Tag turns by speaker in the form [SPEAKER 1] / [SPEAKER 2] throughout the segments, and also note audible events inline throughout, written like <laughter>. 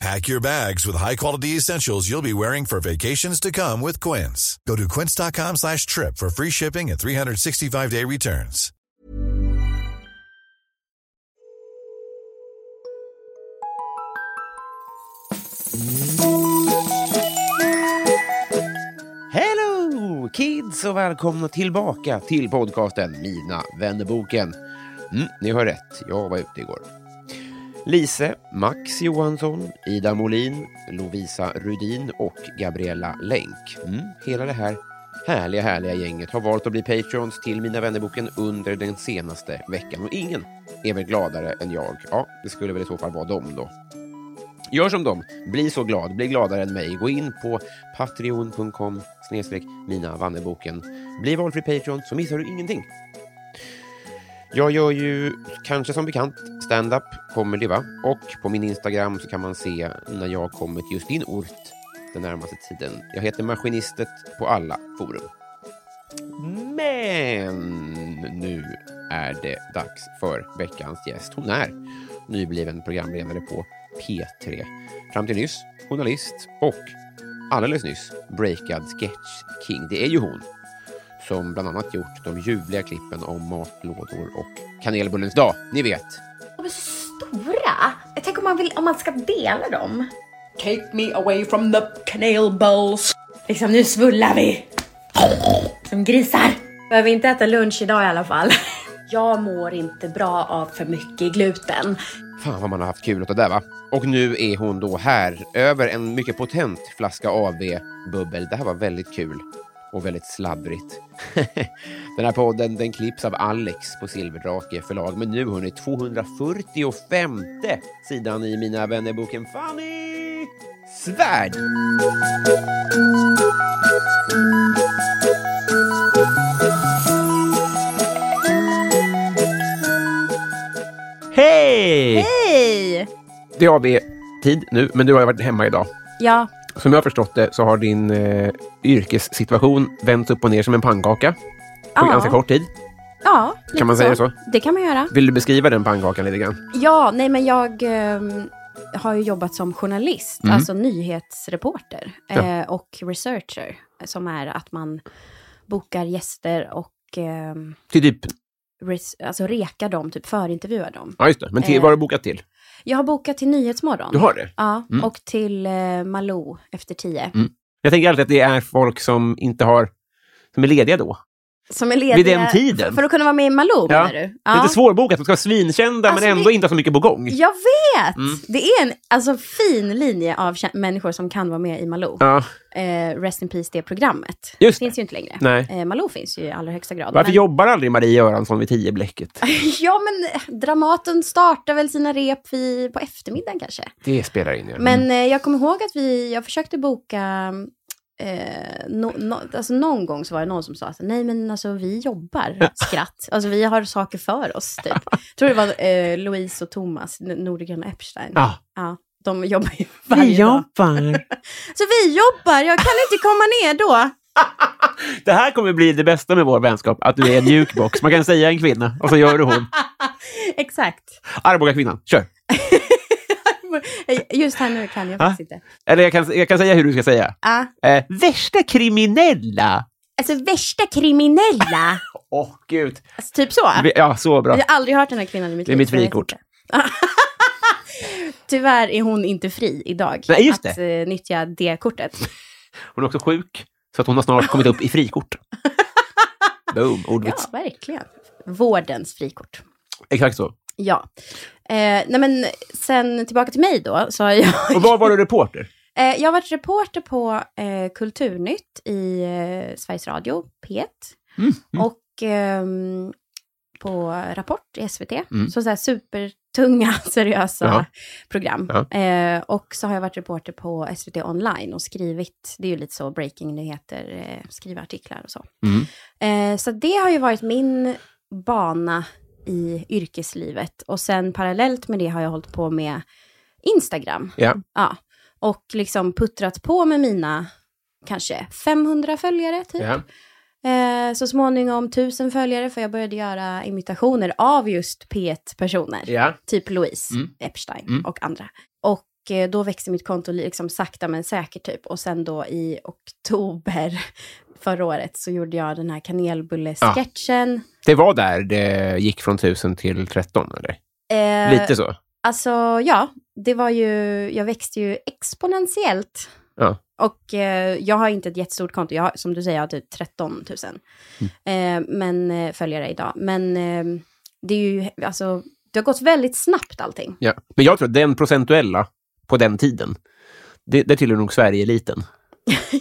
[SPEAKER 1] Pack your bags with high-quality essentials you'll be wearing for vacations to come with Quince. Go to quince.com slash trip for free shipping and 365-day returns.
[SPEAKER 2] Hello kids och välkomna tillbaka till podcasten Mina vännerboken. Mm, ni hör rätt, jag var ute igår. Lise, Max Johansson, Ida Molin, Lovisa Rudin och Gabriella Länk. Mm, hela det här härliga, härliga gänget har valt att bli patreons till Mina vännerboken under den senaste veckan och ingen är väl gladare än jag. Ja, det skulle väl i så fall vara dem då. Gör som dem. Bli så glad. Bli gladare än mig. Gå in på patreon.com snedstreck Mina Wannerboken. Bli valfri Patreon så missar du ingenting. Jag gör ju, kanske som bekant, stand-up comedy va? Och på min Instagram så kan man se när jag kommer till just din ort den närmaste tiden. Jag heter Maskinistet på alla forum. Men nu är det dags för veckans gäst. Hon är nybliven programledare på P3. Fram till nyss journalist och alldeles nyss breakad sketch king. Det är ju hon som bland annat gjort de ljuvliga klippen om matlådor och kanelbullens dag. Ni vet,
[SPEAKER 3] De är så stora. Jag tänker om man, vill, om man ska dela dem.
[SPEAKER 4] Take me away from the canal bowls.
[SPEAKER 3] Liksom, nu svullar vi. Som grisar. Behöver inte äta lunch idag i alla fall. <laughs> Jag mår inte bra av för mycket gluten.
[SPEAKER 2] Fan vad man har haft kul åt det där va? Och nu är hon då här över en mycket potent flaska av bubbel Det här var väldigt kul och väldigt sladdrigt. <laughs> den här podden den klipps av Alex på Silverdrake förlag. Men nu hörni, 245 sidan i Mina vännerboken Fanny Svärd! Hej!
[SPEAKER 5] Hej!
[SPEAKER 2] Det har vi tid nu, men du har ju varit hemma idag.
[SPEAKER 5] Ja,
[SPEAKER 2] Som jag har förstått det så har din eh, yrkessituation vänts upp och ner som en pannkaka på
[SPEAKER 5] Ja.
[SPEAKER 2] ganska kort tid.
[SPEAKER 5] ja lite
[SPEAKER 2] Kan man säga så?
[SPEAKER 5] Det kan man göra.
[SPEAKER 2] Vill du beskriva den pannkakan lite grann?
[SPEAKER 5] Ja, nej men jag ehm, har ju jobbat som journalist,
[SPEAKER 2] Mm.
[SPEAKER 5] alltså nyhetsreporter eh, och researcher, som är att man bokar gäster och ehm,
[SPEAKER 2] Till typ,
[SPEAKER 5] res- alltså rekar dem, typ förintervjuar dem.
[SPEAKER 2] ja just det, men till,
[SPEAKER 5] Eh.
[SPEAKER 2] vad har du bokat till?
[SPEAKER 5] Jag har bokat till Nyhetsmorgon.
[SPEAKER 2] Du har det?
[SPEAKER 5] Ja, och till eh, Malou efter tio.
[SPEAKER 2] Jag tänker alltid att det är folk som inte har, som är lediga då.
[SPEAKER 5] Som är lediga
[SPEAKER 2] Vid den tiden?
[SPEAKER 5] För att kunna vara med i Malou,
[SPEAKER 2] Ja.
[SPEAKER 5] menar du?
[SPEAKER 2] Lite svårbokat, de ska vara svinkända
[SPEAKER 5] Alltså,
[SPEAKER 2] men ändå
[SPEAKER 5] det-
[SPEAKER 2] inte ha så mycket på gång.
[SPEAKER 5] Jag vet!
[SPEAKER 2] Mm.
[SPEAKER 5] Det är en alltså, fin linje av kä- människor som kan vara med i Malou.
[SPEAKER 2] Ja,
[SPEAKER 5] Eh, Rest in Peace, det programmet.
[SPEAKER 2] Just det.
[SPEAKER 5] finns ju inte längre.
[SPEAKER 2] Nej.
[SPEAKER 5] Eh, Malou finns ju i allra högsta grad.
[SPEAKER 2] varför
[SPEAKER 5] men,
[SPEAKER 2] jobbar aldrig Marie Göransson vid tioblecket?
[SPEAKER 5] <laughs> ja, men eh, Dramaten startar väl sina rep i, på eftermiddagen kanske.
[SPEAKER 2] Det spelar in. Ja.
[SPEAKER 5] Men eh, jag kommer ihåg att vi, jag försökte boka, eh, no, no, alltså någon gång så var det någon som sa att nej men alltså vi jobbar, skratt. Alltså vi har saker för oss typ.
[SPEAKER 2] <laughs>
[SPEAKER 5] Jag tror det var eh, Louise och Thomas, N- Nordgren och Epstein.
[SPEAKER 2] Ja.
[SPEAKER 5] Ja, de jobbar ju varje dag.
[SPEAKER 2] jobbar.
[SPEAKER 5] Så vi jobbar, jag kan inte komma ner då.
[SPEAKER 2] <laughs>
[SPEAKER 5] <laughs>
[SPEAKER 2] Det här kommer bli det bästa med vår vänskap, att du är en jukebox. Man kan säga en kvinna och så gör du hon. <laughs>
[SPEAKER 5] Exakt.
[SPEAKER 2] Arboga kvinnan, kör!
[SPEAKER 5] Eh, Just här nu kan jag
[SPEAKER 2] Ah.
[SPEAKER 5] faktiskt inte.
[SPEAKER 2] Eller jag kan, jag kan säga hur du ska säga.
[SPEAKER 5] Ah.
[SPEAKER 2] Eh, värsta kriminella!
[SPEAKER 5] Alltså värsta kriminella.
[SPEAKER 2] Åh, gud.
[SPEAKER 5] Alltså, typ så.
[SPEAKER 2] Vi- Ja, så bra.
[SPEAKER 5] Jag har aldrig hört den här kvinnan i mitt
[SPEAKER 2] Det är
[SPEAKER 5] liv.
[SPEAKER 2] mitt
[SPEAKER 5] så jag vet
[SPEAKER 2] frikort.
[SPEAKER 5] inte. <laughs> Tyvärr är hon inte fri idag.
[SPEAKER 2] Nej, just
[SPEAKER 5] Att eh, nyttja det
[SPEAKER 2] <laughs>
[SPEAKER 5] kortet.
[SPEAKER 2] Hon är också sjuk, så att hon har snart kommit upp i frikort. <laughs> Boom, ordvits.
[SPEAKER 5] Ja, verkligen. vårdens frikort.
[SPEAKER 2] Exakt så.
[SPEAKER 5] Ja. Eh, nej men sen tillbaka till mig då, så har jag... <laughs>
[SPEAKER 2] Och var var du reporter?
[SPEAKER 5] Eh, jag har varit reporter på eh, Kulturnytt i eh, Sveriges Radio, P1.
[SPEAKER 2] Mm.
[SPEAKER 5] Och ehm, på Rapport i SVT.
[SPEAKER 2] Mm.
[SPEAKER 5] Så, så här supertunga, <laughs> seriösa
[SPEAKER 2] Ja.
[SPEAKER 5] program.
[SPEAKER 2] Ja.
[SPEAKER 5] Eh, och så har jag varit reporter på SVT online och skrivit, det är ju lite så breaking-nyheter, eh, skriva artiklar och så.
[SPEAKER 2] Mm.
[SPEAKER 5] Eh, så det har ju varit min bana i yrkeslivet. Och sen parallellt med det har jag hållit på med Instagram.
[SPEAKER 2] Ja.
[SPEAKER 5] Ja. Och liksom puttrat på med mina kanske 500 följare typ.
[SPEAKER 2] Ja.
[SPEAKER 5] Eh, så småningom 1000 följare för jag började göra imitationer av just P1-personer.
[SPEAKER 2] Ja.
[SPEAKER 5] Typ Louise
[SPEAKER 2] Mm.
[SPEAKER 5] Epstein
[SPEAKER 2] Mm.
[SPEAKER 5] och andra. Och eh, då växte mitt konto liksom sakta men säkert typ. Och sen då i oktober <laughs> förra året så gjorde jag den här kanelbulle-sketchen.
[SPEAKER 2] Det var där det gick från 1000 till 13, eller?
[SPEAKER 5] Eh,
[SPEAKER 2] Lite så.
[SPEAKER 5] Alltså ja, det var ju, jag växte ju exponentiellt.
[SPEAKER 2] Ja.
[SPEAKER 5] Och eh, jag har inte ett jättestort konto, jag har, som du säger, jag har typ 13 000
[SPEAKER 2] Mm.
[SPEAKER 5] eh, men, eh, följare idag. Men eh, det är ju, alltså, det har gått väldigt snabbt allting.
[SPEAKER 2] Ja. Men jag tror att den procentuella på den tiden, det, där tillhör nog
[SPEAKER 5] <laughs>
[SPEAKER 2] Sverige-eliten.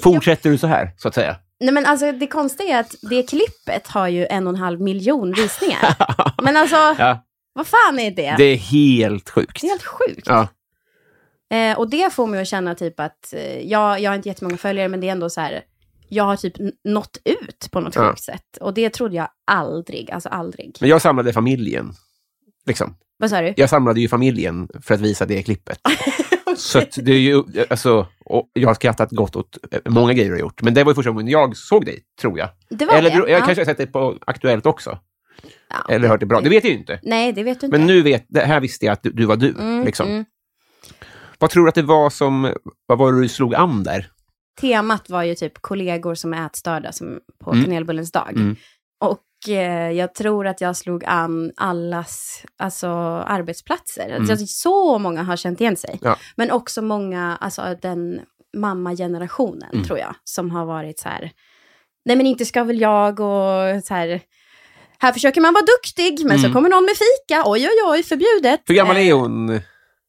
[SPEAKER 2] Fortsätter du så här, så att säga?
[SPEAKER 5] Nej men alltså det konstiga är att det klippet har ju en och en halv miljon
[SPEAKER 2] <laughs>
[SPEAKER 5] visningar. men alltså,
[SPEAKER 2] Ja.
[SPEAKER 5] vad fan är det?
[SPEAKER 2] Det är helt sjukt.
[SPEAKER 5] Det är helt sjukt.
[SPEAKER 2] Ja.
[SPEAKER 5] Eh, och det får mig att känna typ att, eh, jag, jag har inte jättemånga följare, men det är ändå så här, jag har typ n- nått ut på något
[SPEAKER 2] Ja.
[SPEAKER 5] sjukt sätt. Och det trodde jag aldrig, alltså aldrig.
[SPEAKER 2] Men jag samlade familjen. Liksom.
[SPEAKER 5] Vad sa du?
[SPEAKER 2] Jag samlade ju familjen för att visa det
[SPEAKER 5] <laughs>
[SPEAKER 2] klippet. Så att det är ju, alltså, och jag har skrattat gott åt eh, många grejer du har gjort. Men det var ju första gången jag såg dig, tror jag.
[SPEAKER 5] Det var
[SPEAKER 2] Eller
[SPEAKER 5] det.
[SPEAKER 2] du- jag
[SPEAKER 5] ja.
[SPEAKER 2] kanske har sett dig på Aktuellt också.
[SPEAKER 5] Ja.
[SPEAKER 2] Eller hört det bra. Det vet jag ju inte.
[SPEAKER 5] Nej, det vet du inte.
[SPEAKER 2] Men nu vet, det här visste jag att du, du var du.
[SPEAKER 5] Mm,
[SPEAKER 2] liksom.
[SPEAKER 5] mm.
[SPEAKER 2] Vad tror du att det var som... Vad var det du slog an där?
[SPEAKER 5] Temat var ju typ kollegor som är ätstörda som på
[SPEAKER 2] Mm.
[SPEAKER 5] kanelbullens dag.
[SPEAKER 2] Mm.
[SPEAKER 5] Och eh, jag tror att jag slog an allas alltså, arbetsplatser. Alltså, så många har känt igen sig.
[SPEAKER 2] Mm. Ja.
[SPEAKER 5] Men också många, alltså den mammagenerationen
[SPEAKER 2] Mm.
[SPEAKER 5] tror jag, som har varit så här, nej men inte ska väl jag och så här, här försöker man vara duktig, men
[SPEAKER 2] Mm.
[SPEAKER 5] så kommer någon med fika, oj oj oj, förbjudet.
[SPEAKER 2] Hur gammal
[SPEAKER 5] Eh,
[SPEAKER 2] är hon?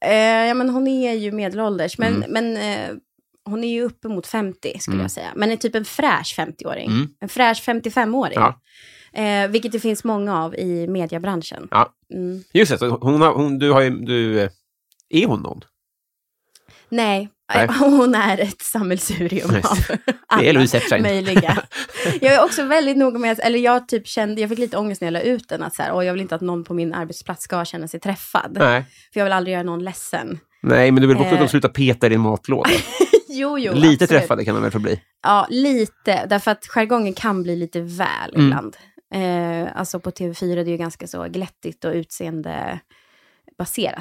[SPEAKER 5] Eh, ja, men hon är ju medelålders, men,
[SPEAKER 2] Mm.
[SPEAKER 5] men eh, hon är ju uppemot 50 skulle
[SPEAKER 2] Mm.
[SPEAKER 5] jag säga. Men är typ en fräsch 50-åring.
[SPEAKER 2] Mm.
[SPEAKER 5] En fräsch 55-åring.
[SPEAKER 2] Ja.
[SPEAKER 5] Eh, vilket det finns många av i mediebranschen.
[SPEAKER 2] Ja.
[SPEAKER 5] Mm.
[SPEAKER 2] Just det, så hon, har- hon, du har ju... Du, eh, är hon någon?
[SPEAKER 5] Nej,
[SPEAKER 2] Nej.
[SPEAKER 5] <laughs> hon är ett sammelsurium
[SPEAKER 2] Just.
[SPEAKER 5] av
[SPEAKER 2] Det är
[SPEAKER 5] alla
[SPEAKER 2] Louise Epstein. <laughs>
[SPEAKER 5] möjliga. Jag är också väldigt noga med, att- eller jag typ kände, jag fick lite ångest när jag la ut den, att så här, "Åh, jag vill inte att någon på min arbetsplats ska känna sig träffad.
[SPEAKER 2] Nej.
[SPEAKER 5] För jag vill aldrig göra någon ledsen. <laughs>
[SPEAKER 2] Nej, men du vill också att de
[SPEAKER 5] Eh.
[SPEAKER 2] slutar peta i din matlåda.
[SPEAKER 5] jo, <laughs> jo.
[SPEAKER 2] Lite
[SPEAKER 5] absolut.
[SPEAKER 2] träffade kan de väl få bli.
[SPEAKER 5] Ja, lite. Därför att jargongen kan bli lite väl
[SPEAKER 2] Mm.
[SPEAKER 5] ibland. Eh, alltså på TV4 det är ju ganska så glättigt och utseendebaserat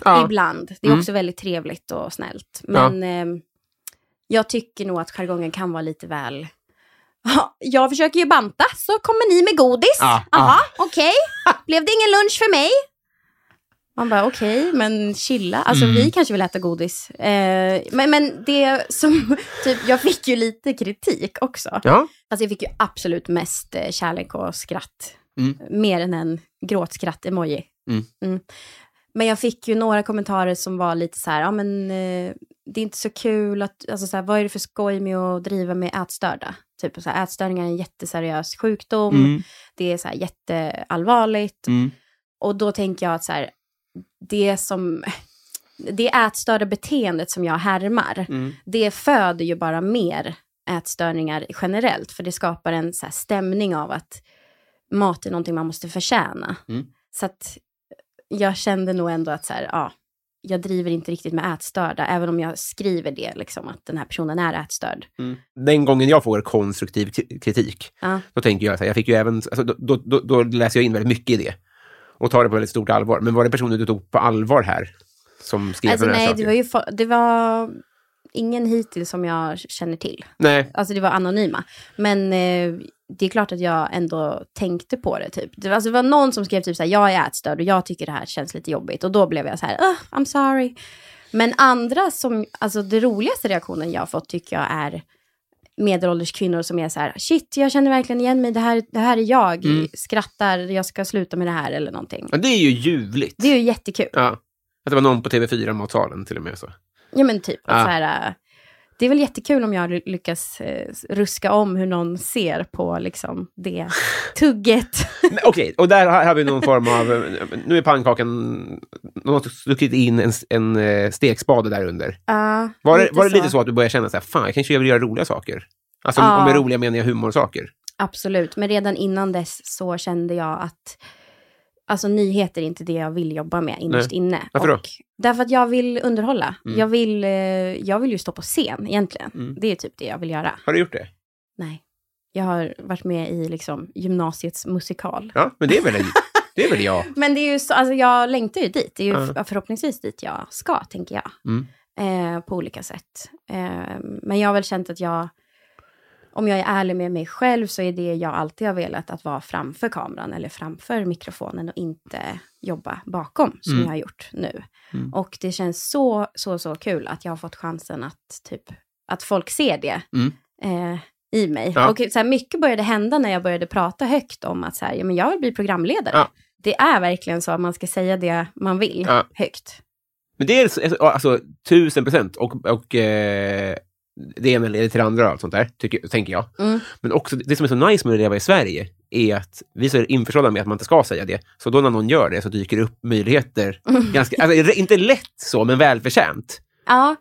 [SPEAKER 2] Ja.
[SPEAKER 5] ibland. Det är
[SPEAKER 2] Mm.
[SPEAKER 5] också väldigt trevligt och snällt. Men ehm, jag tycker nog att jargongen kan vara lite väl... Ja, jag försöker ju banta, så kommer ni med godis.
[SPEAKER 2] Ja,
[SPEAKER 5] Jaha, okej. Blev det ingen lunch för mig? Man bara okej, men chilla. Alltså
[SPEAKER 2] Mm.
[SPEAKER 5] vi kanske vill äta godis. Eh, men, men det som, <laughs> typ, jag fick ju lite kritik också.
[SPEAKER 2] Ja.
[SPEAKER 5] Alltså jag fick ju absolut mest eh, kärlek och skratt.
[SPEAKER 2] Mm.
[SPEAKER 5] Mer än en gråtskratt-emoji.
[SPEAKER 2] Mm.
[SPEAKER 5] Men jag fick ju några kommentarer som var lite så här, ja men eh, det är inte så kul att, alltså så här, vad är det för skoj med att driva med ätstörda? Typ så här, ätstörningar är en jätteseriös sjukdom,
[SPEAKER 2] Mm.
[SPEAKER 5] det är så här jätteallvarligt.
[SPEAKER 2] Mm.
[SPEAKER 5] Och då tänker jag att så här, det som, det ätstörda beteendet som jag härmar,
[SPEAKER 2] Mm.
[SPEAKER 5] det föder ju bara mer ätstörningar generellt, för det skapar en så här stämning av att mat är någonting man måste förtjäna.
[SPEAKER 2] Mm.
[SPEAKER 5] Så att jag kände nog ändå att så här, ja, jag driver inte riktigt med ätstörda, även om jag skriver det, liksom, att den här personen är ätstörd.
[SPEAKER 2] Den gången jag får konstruktiv k- kritik,
[SPEAKER 5] Ja.
[SPEAKER 2] då tänker jag så här, jag fick ju även, alltså, då, då, då, då läser jag in väldigt mycket i det. Och tar det på väldigt stort allvar. Men var det personer du tog på allvar här? Som skrev
[SPEAKER 5] Alltså,
[SPEAKER 2] den här
[SPEAKER 5] nej,
[SPEAKER 2] saken?
[SPEAKER 5] det var ju fo- det var ingen hittills som jag känner till.
[SPEAKER 2] Nej.
[SPEAKER 5] Alltså det var anonyma. Men eh, det är klart att jag ändå tänkte på det typ. Det var, alltså, det var någon som skrev typ så här, jag är ätstörd och jag tycker det här känns lite jobbigt. Och då blev jag så här, "Ugh, I'm sorry. Men andra som, alltså det roligaste reaktionen jag har fått tycker jag är medelålders kvinnor som är så här, shit, jag känner verkligen igen mig, det här, det här är jag, skrattar, jag ska sluta med det här eller någonting.
[SPEAKER 2] Ja, det är ju ljuvligt.
[SPEAKER 5] Det är ju jättekul.
[SPEAKER 2] Ja. Att det var någon på TV4-matsalen till och med. Så.
[SPEAKER 5] Ja men typ,
[SPEAKER 2] Ja.
[SPEAKER 5] att så här, äh, det är väl jättekul om jag ly- lyckas eh, ruska om hur någon ser på liksom
[SPEAKER 2] <laughs>
[SPEAKER 5] det tugget.
[SPEAKER 2] Men Okej, och där har har vi någon form av... eh, Nu är pannkakan... Någon har stuckit in en, en eh, stekspade där under.
[SPEAKER 5] Ja,
[SPEAKER 2] Var, det, var det Ah, lite så att du började känna så här, fan, jag kanske vill göra roliga saker? Alltså om-
[SPEAKER 5] Ja.
[SPEAKER 2] om med roliga menar jag humorsaker.
[SPEAKER 5] Absolut, men redan innan dess så kände jag att alltså, nyheter är inte det jag vill jobba med innerst inne.
[SPEAKER 2] Varför då?
[SPEAKER 5] Därför att jag vill underhålla.
[SPEAKER 2] Mm.
[SPEAKER 5] Jag, vill, eh, jag vill ju stå på scen egentligen.
[SPEAKER 2] Mm.
[SPEAKER 5] Det är typ det jag vill göra.
[SPEAKER 2] Har du gjort det?
[SPEAKER 5] Nej. Jag har varit med i liksom, gymnasiets musikal.
[SPEAKER 2] Ja, men det är väl,
[SPEAKER 5] <laughs>
[SPEAKER 2] det är väl jag.
[SPEAKER 5] Men det är ju så, alltså, jag längtar ju dit. Det är ju
[SPEAKER 2] Ja.
[SPEAKER 5] f- förhoppningsvis dit jag ska, tänker jag.
[SPEAKER 2] Mm.
[SPEAKER 5] Eh, på olika sätt. Eh, men jag har väl känt att jag, om jag är ärlig med mig själv, så är det jag alltid har velat, att vara framför kameran eller framför mikrofonen och inte jobba bakom, som
[SPEAKER 2] Mm.
[SPEAKER 5] jag har gjort nu.
[SPEAKER 2] Mm.
[SPEAKER 5] Och det känns så, så, så kul att jag har fått chansen att, typ, att folk ser det.
[SPEAKER 2] Mm.
[SPEAKER 5] Eh, i mig.
[SPEAKER 2] Ja.
[SPEAKER 5] Och så här, mycket började hända när jag började prata högt om att så här, ja, men jag vill bli programledare.
[SPEAKER 2] Ja.
[SPEAKER 5] Det är verkligen så att man ska säga det man vill
[SPEAKER 2] Ja.
[SPEAKER 5] högt.
[SPEAKER 2] Men det är så- alltså tusen procent. Och, och eh, det ena leder till det andra och allt sånt där, tycker, tänker jag.
[SPEAKER 5] Mm.
[SPEAKER 2] Men också det som är så nice med att leva i Sverige är att vi är så införstådda med att man inte ska säga det. Så då när någon gör det så dyker det upp möjligheter.
[SPEAKER 5] Mm.
[SPEAKER 2] Ganska, alltså, re- inte lätt så, men välförtjänt.
[SPEAKER 5] Ja.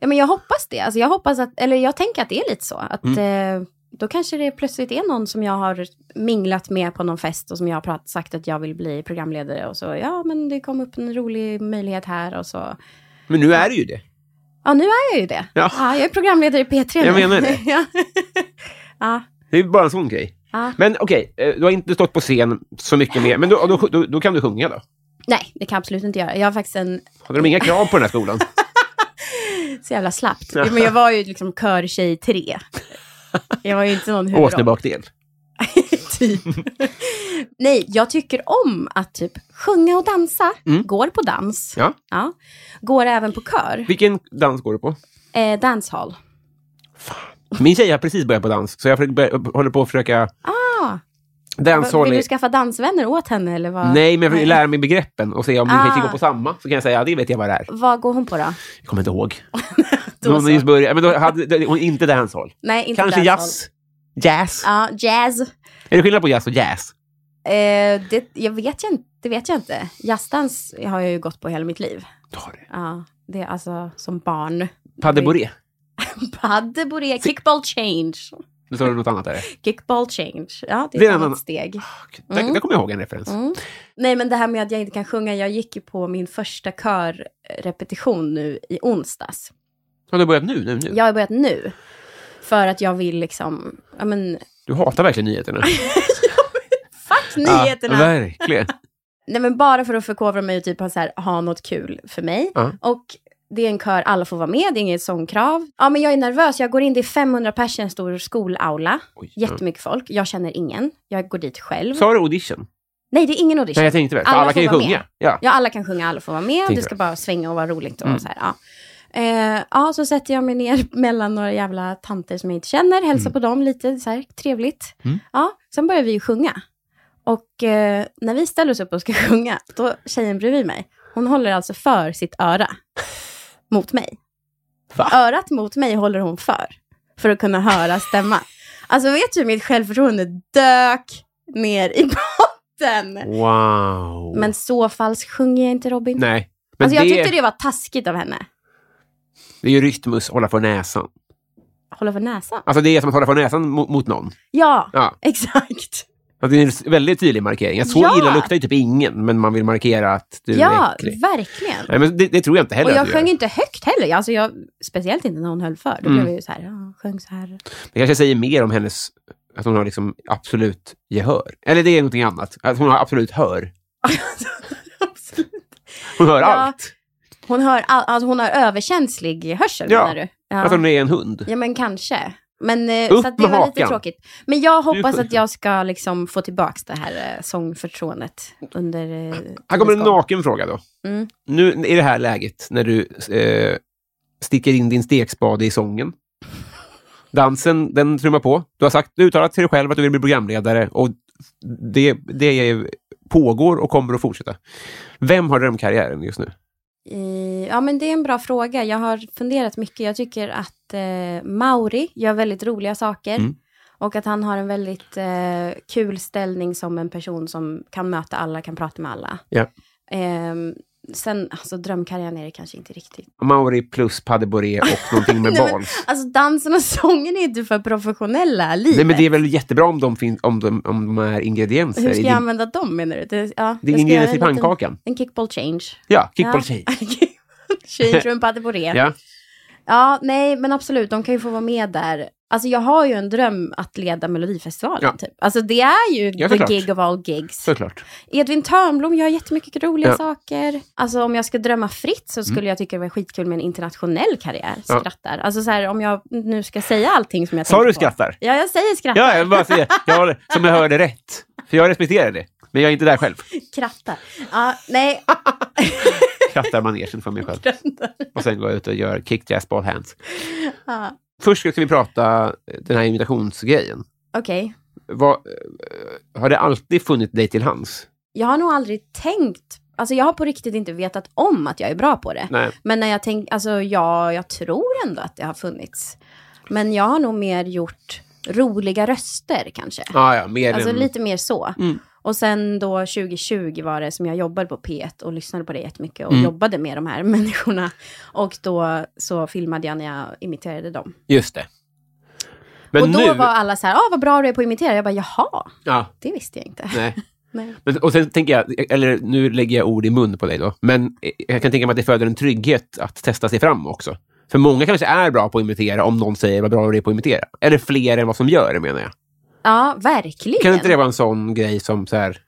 [SPEAKER 5] ja, men jag hoppas det. Alltså, jag hoppas att, eller jag tänker att det är lite så. Att,
[SPEAKER 2] Mm.
[SPEAKER 5] eh, då kanske det plötsligt är någon som jag har minglat med på någon fest och som jag har prat, sagt att jag vill bli programledare och så, ja men det kom upp en rolig möjlighet här och så.
[SPEAKER 2] Men nu är det ju det.
[SPEAKER 5] Ja, nu är jag ju det.
[SPEAKER 2] Ja.
[SPEAKER 5] jag är programledare i P3
[SPEAKER 2] Jag
[SPEAKER 5] nu.
[SPEAKER 2] menar det.
[SPEAKER 5] <laughs> ja. ja.
[SPEAKER 2] Det är bara en sån grej.
[SPEAKER 5] Ja.
[SPEAKER 2] Men okej, eh, du har inte stått på scen så mycket mer. Men då, då, då, då kan du sjunga då?
[SPEAKER 5] Nej, det kan jag absolut inte göra. Jag har faktiskt en
[SPEAKER 2] Hade de inga krav på den här
[SPEAKER 5] <laughs>
[SPEAKER 2] skolan?
[SPEAKER 5] så jävla slappt. Jo, Men jag var ju liksom körtjej 3. Jag var ju
[SPEAKER 2] <laughs>
[SPEAKER 5] inte någon huvudroll.
[SPEAKER 2] Åsnebakdel.
[SPEAKER 5] <laughs> typ. Nej, jag tycker om att typ sjunga och dansa. Går på dans.
[SPEAKER 2] Mm. Ja.
[SPEAKER 5] Går även på kör.
[SPEAKER 2] Vilken dans går du på?
[SPEAKER 5] Eh, dancehall.
[SPEAKER 2] Min tjej har precis börjat på dans, så jag försöker börja- håller på att försöka...
[SPEAKER 5] Ah,
[SPEAKER 2] Dancehall
[SPEAKER 5] vill
[SPEAKER 2] är...
[SPEAKER 5] du skaffa dansvänner åt henne eller vad?
[SPEAKER 2] Nej, men jag försöker lära mig begreppen och se om vi
[SPEAKER 5] Ah.
[SPEAKER 2] kan gå på samma. Så kan jag säga, ja, det vet jag vad det är.
[SPEAKER 5] Vad går hon på då?
[SPEAKER 2] Jag kommer inte ihåg.
[SPEAKER 5] <laughs> Då
[SPEAKER 2] Någon
[SPEAKER 5] så.
[SPEAKER 2] just började, men då hade det- hon inte dancehall.
[SPEAKER 5] Nej, inte
[SPEAKER 2] Kanske
[SPEAKER 5] dancehall. Ah.
[SPEAKER 2] jazz. Jazz.
[SPEAKER 5] Ja, jazz.
[SPEAKER 2] Är det skillnad på jazz och jazz?
[SPEAKER 5] Eh, det, jag vet ju inte, det vet jag inte. Jazzdans har jag ju gått på hela mitt liv.
[SPEAKER 2] Ta det.
[SPEAKER 5] Ja, det är alltså som barn. <laughs>
[SPEAKER 2] Pas bourré.
[SPEAKER 5] Padde, boré, kickball change.
[SPEAKER 2] Nu sa du något annat där.
[SPEAKER 5] Mm. Kickball change. Ja, det är
[SPEAKER 2] Det är
[SPEAKER 5] ett
[SPEAKER 2] en
[SPEAKER 5] annat
[SPEAKER 2] annan-
[SPEAKER 5] steg.
[SPEAKER 2] Där,
[SPEAKER 5] Mm.
[SPEAKER 2] där kommer jag ihåg en referens.
[SPEAKER 5] Mm. Nej, men det här med att jag inte kan sjunga. Jag gick ju på min första körrepetition nu i onsdags.
[SPEAKER 2] Har du börjat nu, nu, nu?
[SPEAKER 5] Jag har börjat nu. För att jag vill liksom, ja men,
[SPEAKER 2] Du hatar verkligen
[SPEAKER 5] <laughs>
[SPEAKER 2] nyheterna.
[SPEAKER 5] fuck
[SPEAKER 2] Ja,
[SPEAKER 5] nyheterna!
[SPEAKER 2] verkligen.
[SPEAKER 5] Nej, men bara för att förkovra mig och typ ha, så här, ha något kul för mig.
[SPEAKER 2] Ja.
[SPEAKER 5] Och det är en kör, alla får vara med, det är inget sångkrav. Ja, men jag är nervös, jag går in, det är 500 pers i en stor skolaula.
[SPEAKER 2] Oj, ja.
[SPEAKER 5] Jättemycket folk, jag känner ingen. Jag går dit själv.
[SPEAKER 2] Sa du audition?
[SPEAKER 5] Nej, det är ingen audition.
[SPEAKER 2] Nej, jag tänkte väl. För
[SPEAKER 5] Alla
[SPEAKER 2] alla,
[SPEAKER 5] får
[SPEAKER 2] kan ju
[SPEAKER 5] vara
[SPEAKER 2] sjunga.
[SPEAKER 5] med.
[SPEAKER 2] Ja.
[SPEAKER 5] Ja, alla kan sjunga, alla får vara med.
[SPEAKER 2] Tänkte
[SPEAKER 5] Det ska
[SPEAKER 2] jag.
[SPEAKER 5] bara svänga och vara roligt och
[SPEAKER 2] Mm.
[SPEAKER 5] så här. Ja. Eh, ja, så sätter jag mig ner <laughs> mellan några jävla tanter som jag inte känner, hälsar på dem lite så här trevligt.
[SPEAKER 2] Mm.
[SPEAKER 5] Ja, sen börjar vi ju sjunga. Och eh, när vi ställer oss upp och ska <laughs> sjunga, då tjejen bredvid mig, hon håller alltså för sitt öra mot mig.
[SPEAKER 2] Va?
[SPEAKER 5] Örat mot mig håller hon för, för att kunna höra stämma. Alltså vet du hur mitt självförtroende dök ner i <laughs> botten?
[SPEAKER 2] Wow.
[SPEAKER 5] Men så falskt sjunger jag inte Robin.
[SPEAKER 2] Nej. Men
[SPEAKER 5] alltså, jag
[SPEAKER 2] det,
[SPEAKER 5] tyckte det var taskigt av henne.
[SPEAKER 2] det är ju rytmus, hålla för näsan.
[SPEAKER 5] Hålla för näsan.
[SPEAKER 2] Alltså det är som att hålla för näsan mot, mot någon.
[SPEAKER 5] Ja,
[SPEAKER 2] Ja.
[SPEAKER 5] exakt.
[SPEAKER 2] Alltså, det är en väldigt tydlig markering. Att Så
[SPEAKER 5] Ja.
[SPEAKER 2] illa luktar ju typ ingen, men man vill markera att du
[SPEAKER 5] ja,
[SPEAKER 2] är äcklig.
[SPEAKER 5] verkligen.
[SPEAKER 2] Nej, men det, det Mm. tror jag inte heller
[SPEAKER 5] Och jag
[SPEAKER 2] att du gör.
[SPEAKER 5] sjöng inte högt heller. Alltså jag, speciellt inte när hon höll för. Då blev jag ju så här, ja, sjöng så här. <laughs>
[SPEAKER 2] Det kanske säger mer om hennes... Att hon har liksom absolut gehör. Eller det är någonting annat. Att hon har absolut hör.
[SPEAKER 5] Absolut.
[SPEAKER 2] Hon hör
[SPEAKER 5] Ja.
[SPEAKER 2] allt.
[SPEAKER 5] Hon, hör all, alltså hon har överkänslig hörsel
[SPEAKER 2] Ja.
[SPEAKER 5] menar du? Ja.
[SPEAKER 2] Att hon är en hund.
[SPEAKER 5] ja, men kanske. Men eh,
[SPEAKER 2] Upp
[SPEAKER 5] så att det
[SPEAKER 2] med
[SPEAKER 5] var lite
[SPEAKER 2] hakan.
[SPEAKER 5] tråkigt. Men jag hoppas
[SPEAKER 2] sjunger.
[SPEAKER 5] att jag ska liksom få tillbaka det här eh, sångförtroendet under... Eh,
[SPEAKER 2] Här kommer en
[SPEAKER 5] under skål.
[SPEAKER 2] naken fråga då.
[SPEAKER 5] Mm.
[SPEAKER 2] Nu i det här läget när du eh, sticker in din stekspade i sången. Dansen, den trummar på. Du har sagt, du uttalat till dig själv att du vill bli programledare och det, det är- pågår och kommer att fortsätta. Vem har drömkarriären just nu?
[SPEAKER 5] Eh, Ja, men det är en bra fråga. Jag har funderat mycket. Jag tycker att eh, Mauri gör väldigt roliga saker.
[SPEAKER 2] Mm.
[SPEAKER 5] Och att han har en väldigt eh, kul ställning som en person som kan möta alla, kan prata med alla.
[SPEAKER 2] Ja.
[SPEAKER 5] Ehm, sen, alltså drömkarriären är det kanske inte riktigt.
[SPEAKER 2] Mauri plus padeboré
[SPEAKER 5] <laughs>
[SPEAKER 2] och någonting med
[SPEAKER 5] Nej, men-
[SPEAKER 2] barn.
[SPEAKER 5] Alltså dansen och <laughs> sången är inte för professionella livet.
[SPEAKER 2] Nej, men det är väl jättebra om de, fin- om de, om de är ingredienser.
[SPEAKER 5] Hur ska
[SPEAKER 2] i
[SPEAKER 5] jag
[SPEAKER 2] din,
[SPEAKER 5] använda dem menar du? Det, ja,
[SPEAKER 2] det är
[SPEAKER 5] jag ska göra
[SPEAKER 2] ingredienser i
[SPEAKER 5] en liten-
[SPEAKER 2] pannkakan.
[SPEAKER 5] En kickball change.
[SPEAKER 2] Ja, kickball
[SPEAKER 5] ja.
[SPEAKER 2] tjej.
[SPEAKER 5] <laughs> change och en padeboré.
[SPEAKER 2] Ja.
[SPEAKER 5] Ja, nej, men absolut, de kan ju få vara med där. Alltså jag har ju en dröm att leda Melodifestivalen.
[SPEAKER 2] Ja.
[SPEAKER 5] Typ. Alltså det är ju
[SPEAKER 2] Ja,
[SPEAKER 5] the
[SPEAKER 2] såklart.
[SPEAKER 5] gig of all gigs. <laughs>
[SPEAKER 2] Såklart.
[SPEAKER 5] Edvin Törnblom gör jättemycket roliga
[SPEAKER 2] Ja. Mm.
[SPEAKER 5] saker. Alltså om jag ska drömma fritt så skulle jag tycka det var skitkul med en internationell karriär.
[SPEAKER 2] Ja.
[SPEAKER 5] Skrattar. Alltså så här, om jag nu ska säga allting som jag
[SPEAKER 2] Sa
[SPEAKER 5] tänker
[SPEAKER 2] du
[SPEAKER 5] på.
[SPEAKER 2] skrattar?
[SPEAKER 5] Ja, jag säger skrattar.
[SPEAKER 2] Ja, jag vill bara säga, jag har, som jag hörde rätt. För jag respekterar det. Men jag är inte där själv.
[SPEAKER 5] Krattar. Ja,
[SPEAKER 2] <laughs>
[SPEAKER 5] nej,
[SPEAKER 2] Krattar manegen för mig själv. Och sen går jag ut och gör kick jazz ball hands.
[SPEAKER 5] Ja.
[SPEAKER 2] Först ska vi prata den här imitationsgrejen.
[SPEAKER 5] okej.
[SPEAKER 2] Vad, eh, har det alltid funnits dig till hands?
[SPEAKER 5] Jag har nog aldrig tänkt, alltså jag har på riktigt inte vetat om att jag är bra på det.
[SPEAKER 2] Nej.
[SPEAKER 5] Men när jag tänker, alltså ja, jag tror ändå att det har funnits. Men jag har nog mer gjort roliga röster kanske.
[SPEAKER 2] Ah, ja, mer
[SPEAKER 5] Alltså
[SPEAKER 2] än...
[SPEAKER 5] lite mer så.
[SPEAKER 2] Mm.
[SPEAKER 5] Och sen då 2020 var det som jag jobbade på P1 och lyssnade på det jättemycket och
[SPEAKER 2] Mm.
[SPEAKER 5] jobbade med de här <laughs> människorna. Och då så filmade jag när jag imiterade dem.
[SPEAKER 2] Just det. Men
[SPEAKER 5] och då
[SPEAKER 2] nu...
[SPEAKER 5] var alla så här, ah, vad bra du är på att imitera. Jag bara, jaha,
[SPEAKER 2] Ja,
[SPEAKER 5] det visste jag inte.
[SPEAKER 2] nej.
[SPEAKER 5] <laughs> Nej.
[SPEAKER 2] Men, och sen tänker jag, eller nu lägger jag ord i mun på dig då, men eh, jag kan tänka mig att det föder en trygghet att testa sig fram också. För många kanske är bra på att imitera om någon säger vad bra du är på att imitera. Eller fler än vad som gör det menar jag.
[SPEAKER 5] Ja, verkligen.
[SPEAKER 2] Kan inte det vara en sån grej som så här,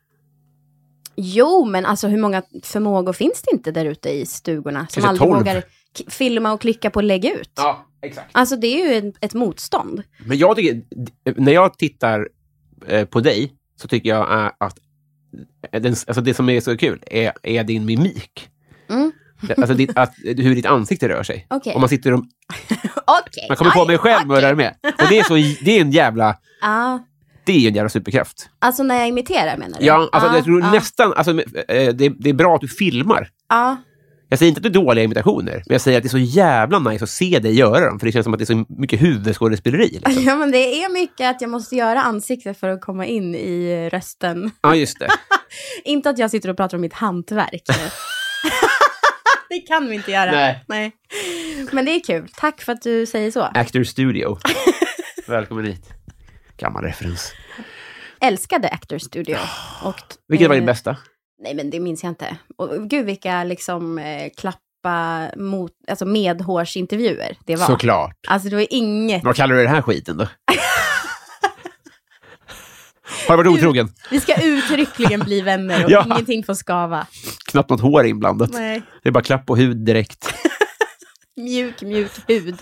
[SPEAKER 5] Jo, men alltså hur många förmågor finns det inte där ute i stugorna som
[SPEAKER 2] Kanske
[SPEAKER 5] aldrig
[SPEAKER 2] 12.
[SPEAKER 5] vågar k- filma och klicka på lägg ut?
[SPEAKER 2] Ja, exakt.
[SPEAKER 5] Alltså det är ju ett, ett motstånd.
[SPEAKER 2] Men jag tycker, när jag tittar eh, på dig så tycker jag eh, att den, alltså det som är så kul är, är din mimik.
[SPEAKER 5] Mm.
[SPEAKER 2] Alltså ditt, att, hur ditt ansikte rör sig.
[SPEAKER 5] Okej.
[SPEAKER 2] Om man sitter och,
[SPEAKER 5] Okej.
[SPEAKER 2] man kommer på
[SPEAKER 5] Aj,
[SPEAKER 2] mig själv och
[SPEAKER 5] okej.
[SPEAKER 2] rör med. Och det är, så, det är en jävla,
[SPEAKER 5] Ja,
[SPEAKER 2] det är en jävla superkraft.
[SPEAKER 5] alltså när jag imiterar menar du?
[SPEAKER 2] Ja, alltså, jag tror
[SPEAKER 5] ja,
[SPEAKER 2] nästan... Alltså, eh, det, det är bra att du filmar.
[SPEAKER 5] Ja,
[SPEAKER 2] Jag säger inte att du är dåliga imitationer, men jag säger att det är så jävla nice att se dig göra dem, för det känns som att det är så mycket huvudskådespeleri. Liksom.
[SPEAKER 5] ja, men det är mycket att jag måste göra ansiktet för att komma in i rösten.
[SPEAKER 2] Ja, just det.
[SPEAKER 5] Inte att jag sitter och pratar om mitt hantverk
[SPEAKER 2] <laughs>
[SPEAKER 5] nu. det kan vi inte göra.
[SPEAKER 2] Nej.
[SPEAKER 5] Nej. Men det är kul. Tack för att du säger så.
[SPEAKER 2] Actor
[SPEAKER 5] <laughs>
[SPEAKER 2] Studio. Välkommen hit. Gammal referens.
[SPEAKER 5] Älskade Actors Studio. Och,
[SPEAKER 2] Vilket var din
[SPEAKER 5] eh,
[SPEAKER 2] bästa?
[SPEAKER 5] Nej, men det minns jag inte. Och gud vilka liksom eh, klappa mot, alltså medhårsintervjuer det var.
[SPEAKER 2] Såklart.
[SPEAKER 5] Alltså det var inget.
[SPEAKER 2] Vad kallar du den här skiten då? Har du varit otrogen?
[SPEAKER 5] Vi ska uttryckligen bli vänner
[SPEAKER 2] <laughs>
[SPEAKER 5] och
[SPEAKER 2] Ja.
[SPEAKER 5] ingenting får skava.
[SPEAKER 2] Knappt något hår inblandat.
[SPEAKER 5] Nej.
[SPEAKER 2] Det är bara klapp på hud direkt.
[SPEAKER 5] Mjuk, mjuk hud.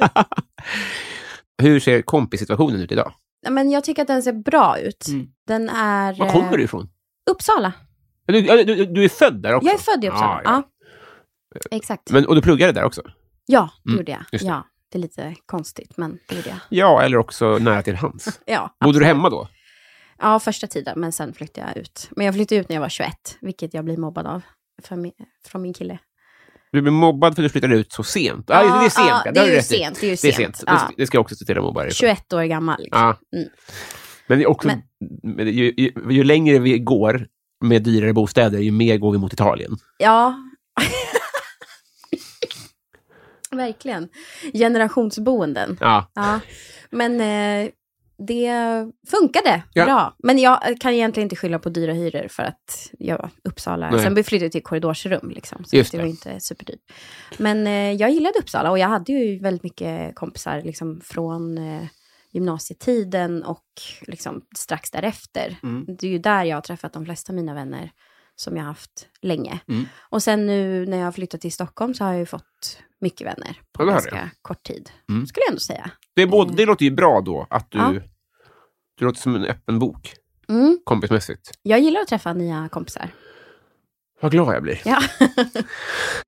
[SPEAKER 2] Hur ser kompissituationen ut idag?
[SPEAKER 5] Ja, men jag tycker att den ser bra ut.
[SPEAKER 2] Mm.
[SPEAKER 5] Den är...
[SPEAKER 2] Var kommer
[SPEAKER 5] eh,
[SPEAKER 2] du ifrån?
[SPEAKER 5] Uppsala.
[SPEAKER 2] Du, du, du- du är född där också?
[SPEAKER 5] Jag är född i Uppsala.
[SPEAKER 2] Ah, ja.
[SPEAKER 5] Ja. Exakt.
[SPEAKER 2] Men, och du pluggade där också?
[SPEAKER 5] ja, det
[SPEAKER 2] Mm,
[SPEAKER 5] gjorde jag.
[SPEAKER 2] just det.
[SPEAKER 5] Ja, det är lite konstigt, men det gjorde jag.
[SPEAKER 2] Ja, eller också nära till hands.
[SPEAKER 5] Ja,
[SPEAKER 2] Bodde du hemma då?
[SPEAKER 5] ja, första tiden, men sen flyttade jag ut. Men jag flyttade ut när jag var 21, vilket jag blir mobbad av för min, från min kille.
[SPEAKER 2] Du blev mobbad för att du flyttade ut så sent. Ja, just det, det är sent.
[SPEAKER 5] Ja,
[SPEAKER 2] ja,
[SPEAKER 5] det
[SPEAKER 2] har du
[SPEAKER 5] är ju
[SPEAKER 2] rätt i.
[SPEAKER 5] sent. Det är ju
[SPEAKER 2] Det är
[SPEAKER 5] sent.
[SPEAKER 2] sent.
[SPEAKER 5] Ja.
[SPEAKER 2] Det, det ska jag också se till att mobba dig för.
[SPEAKER 5] 21 år gammal. liksom.
[SPEAKER 2] Ja.
[SPEAKER 5] Mm.
[SPEAKER 2] Men det är också,
[SPEAKER 5] Men-
[SPEAKER 2] men ju, ju, ju längre vi går med dyrare bostäder, ju mer går vi mot Italien.
[SPEAKER 5] Ja. <laughs> Verkligen. Generationsboenden.
[SPEAKER 2] Ja.
[SPEAKER 5] Ja. Men eh, det funkade
[SPEAKER 2] Ja.
[SPEAKER 5] bra. Men jag kan egentligen inte skylla på dyra hyror för att jag var Uppsala.
[SPEAKER 2] Nej.
[SPEAKER 5] Sen flyttade jag till korridorsrum, liksom, så
[SPEAKER 2] Just
[SPEAKER 5] det
[SPEAKER 2] det.
[SPEAKER 5] var inte superdyrt. Men eh, jag gillade Uppsala och jag hade ju väldigt mycket kompisar liksom, från eh, gymnasietiden och liksom, strax därefter.
[SPEAKER 2] Mm.
[SPEAKER 5] Det är ju där jag har träffat de flesta av mina vänner som jag har haft länge.
[SPEAKER 2] Mm.
[SPEAKER 5] Och sen nu när jag har flyttat till Stockholm så har jag ju fått mycket vänner på
[SPEAKER 2] Ja, det har
[SPEAKER 5] ganska kort tid,
[SPEAKER 2] Mm.
[SPEAKER 5] skulle jag ändå säga.
[SPEAKER 2] Det, är både, det låter ju bra då, att du,
[SPEAKER 5] Ja.
[SPEAKER 2] du låter som en öppen bok,
[SPEAKER 5] Mm.
[SPEAKER 2] kompismässigt.
[SPEAKER 5] Jag gillar att träffa nya kompisar.
[SPEAKER 2] Vad glad jag blir.
[SPEAKER 5] Ja.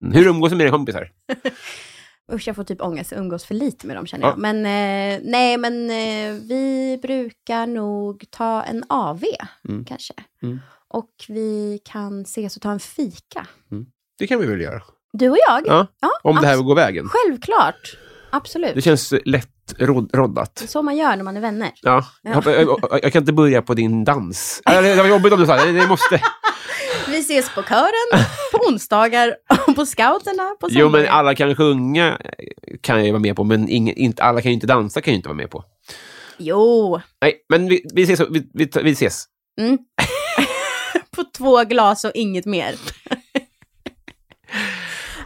[SPEAKER 2] Mm. Hur umgås du med dina kompisar?
[SPEAKER 5] <laughs> Usch, jag får typ ångest. Jag umgås för lite med dem känner jag. Men eh, nej, men eh, vi brukar nog ta en AV
[SPEAKER 2] Mm.
[SPEAKER 5] kanske.
[SPEAKER 2] Mm.
[SPEAKER 5] Och vi kan ses och ta en fika.
[SPEAKER 2] Det kan vi väl göra?
[SPEAKER 5] Du och jag?
[SPEAKER 2] Ja, Om det här
[SPEAKER 5] abs-
[SPEAKER 2] går vägen.
[SPEAKER 5] Självklart. Absolut.
[SPEAKER 2] Det känns eh, lätt rod- roddat.
[SPEAKER 5] Så man gör när man är vänner.
[SPEAKER 2] Ja.
[SPEAKER 5] Ja.
[SPEAKER 2] Jag, jag, jag kan inte börja på din dans. Eller, Det var jobbigt om du sa det. Det
[SPEAKER 5] <laughs>
[SPEAKER 2] måste...
[SPEAKER 5] Vi ses på kören,
[SPEAKER 2] <laughs>
[SPEAKER 5] på onsdagar och på scouterna på
[SPEAKER 2] Jo, men
[SPEAKER 5] söndagar.
[SPEAKER 2] alla kan sjunga eh, kan jag ju vara med på, men ingen, inte, alla kan ju inte dansa kan jag ju inte vara med på.
[SPEAKER 5] Jo,
[SPEAKER 2] Nej, men vi, vi ses. Vi, vi, vi ses.
[SPEAKER 5] på två glas och inget mer.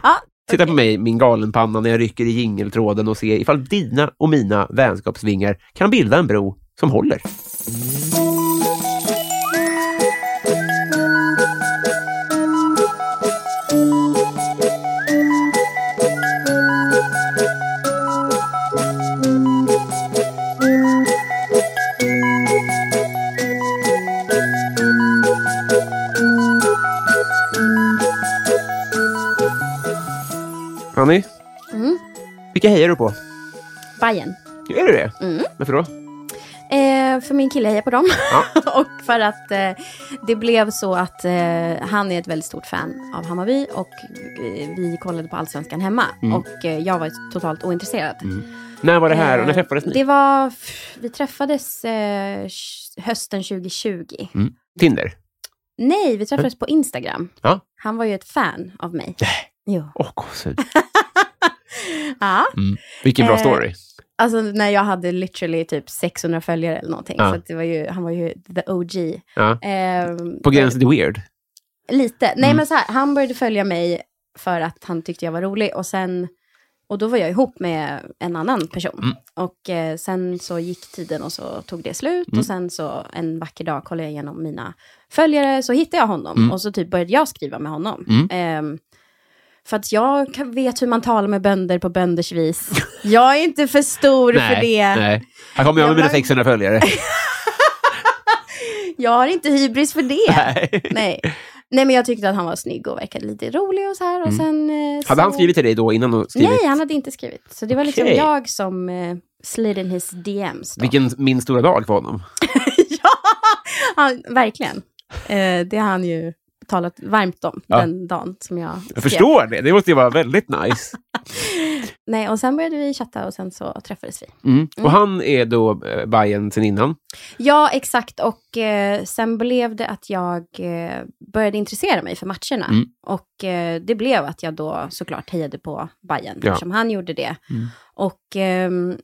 [SPEAKER 5] ja,
[SPEAKER 2] Titta på mig, min galenpanna, när jag rycker i jingeltråden och se ifall dina och mina vänskapsvingar kan bilda en bro som håller. Annie,
[SPEAKER 5] Mm.
[SPEAKER 2] vilka hejar du på?
[SPEAKER 5] Bajen.
[SPEAKER 2] Är du det?
[SPEAKER 5] Mm.
[SPEAKER 2] Varför då?
[SPEAKER 5] Eh, för min kille hejar på dem.
[SPEAKER 2] Ja.
[SPEAKER 5] <laughs> och för att eh, det blev så att eh, han är ett väldigt stort fan av Hammarby och eh, vi kollade på Allsvenskan hemma. Och eh, jag var totalt ointresserad.
[SPEAKER 2] När Mm. var det här och när
[SPEAKER 5] Eh,
[SPEAKER 2] träffades ni?
[SPEAKER 5] Det var, f- vi träffades eh, sh- hösten 2020.
[SPEAKER 2] Tinder?
[SPEAKER 5] Nej, vi träffades på Instagram.
[SPEAKER 2] Ja.
[SPEAKER 5] Han var ju ett fan av mig. Jo.
[SPEAKER 2] Åh, gåshud.
[SPEAKER 5] <laughs> Ja,
[SPEAKER 2] Vilken bra
[SPEAKER 5] Eh,
[SPEAKER 2] story.
[SPEAKER 5] alltså när jag hade literally typ 600 följare eller någonting.
[SPEAKER 2] Ja.
[SPEAKER 5] Så att det var ju, han var ju the OG.
[SPEAKER 2] Ja.
[SPEAKER 5] Ehm,
[SPEAKER 2] På gränsen till weird.
[SPEAKER 5] Lite. Nej,
[SPEAKER 2] Mm.
[SPEAKER 5] men så här, han började följa mig för att han tyckte jag var rolig och sen och då var jag ihop med en annan person.
[SPEAKER 2] Mm.
[SPEAKER 5] Och eh, sen så gick tiden och så tog det slut.
[SPEAKER 2] Mm.
[SPEAKER 5] Och sen så en vacker dag kollade jag igenom mina följare, så hittade jag honom.
[SPEAKER 2] Mm.
[SPEAKER 5] Och så typ började jag skriva med honom. Ehm, för att jag kan- vet hur man talar med bönder på bönders vis. Jag är inte för stor för det.
[SPEAKER 2] nej. Här kommer jag med
[SPEAKER 5] Jag
[SPEAKER 2] mina
[SPEAKER 5] bara-
[SPEAKER 2] 600
[SPEAKER 5] <laughs>
[SPEAKER 2] följare.
[SPEAKER 5] Jag har inte hybris för det.
[SPEAKER 2] Nej.
[SPEAKER 5] Nej. Nej, men jag tyckte att han var snygg och verkade lite rolig och så här. Och sen, eh,
[SPEAKER 2] Mm. Hade
[SPEAKER 5] så...
[SPEAKER 2] han skrivit till dig då innan och skrivit?
[SPEAKER 5] Nej, han hade inte skrivit. Så det var liksom
[SPEAKER 2] Okej.
[SPEAKER 5] jag som eh, slid in his DMs. Då.
[SPEAKER 2] Vilken min stora dag för honom.
[SPEAKER 5] ja, han, verkligen. Eh, det har han ju talat varmt om
[SPEAKER 2] Ja.
[SPEAKER 5] den dagen som jag
[SPEAKER 2] Jag
[SPEAKER 5] skrev.
[SPEAKER 2] förstår det. Det måste ju vara väldigt
[SPEAKER 5] <laughs>
[SPEAKER 2] nice.
[SPEAKER 5] Nej, och sen började vi chatta och sen så träffades vi.
[SPEAKER 2] Mm. Och han är då eh, Bajen sen innan.
[SPEAKER 5] Ja, exakt. Och eh, sen blev det att jag eh, började intressera mig för matcherna.
[SPEAKER 2] Mm.
[SPEAKER 5] Och eh, det blev att jag då såklart hejade på Bayern
[SPEAKER 2] Ja.
[SPEAKER 5] eftersom han gjorde det.
[SPEAKER 2] Mm.
[SPEAKER 5] Och ehm,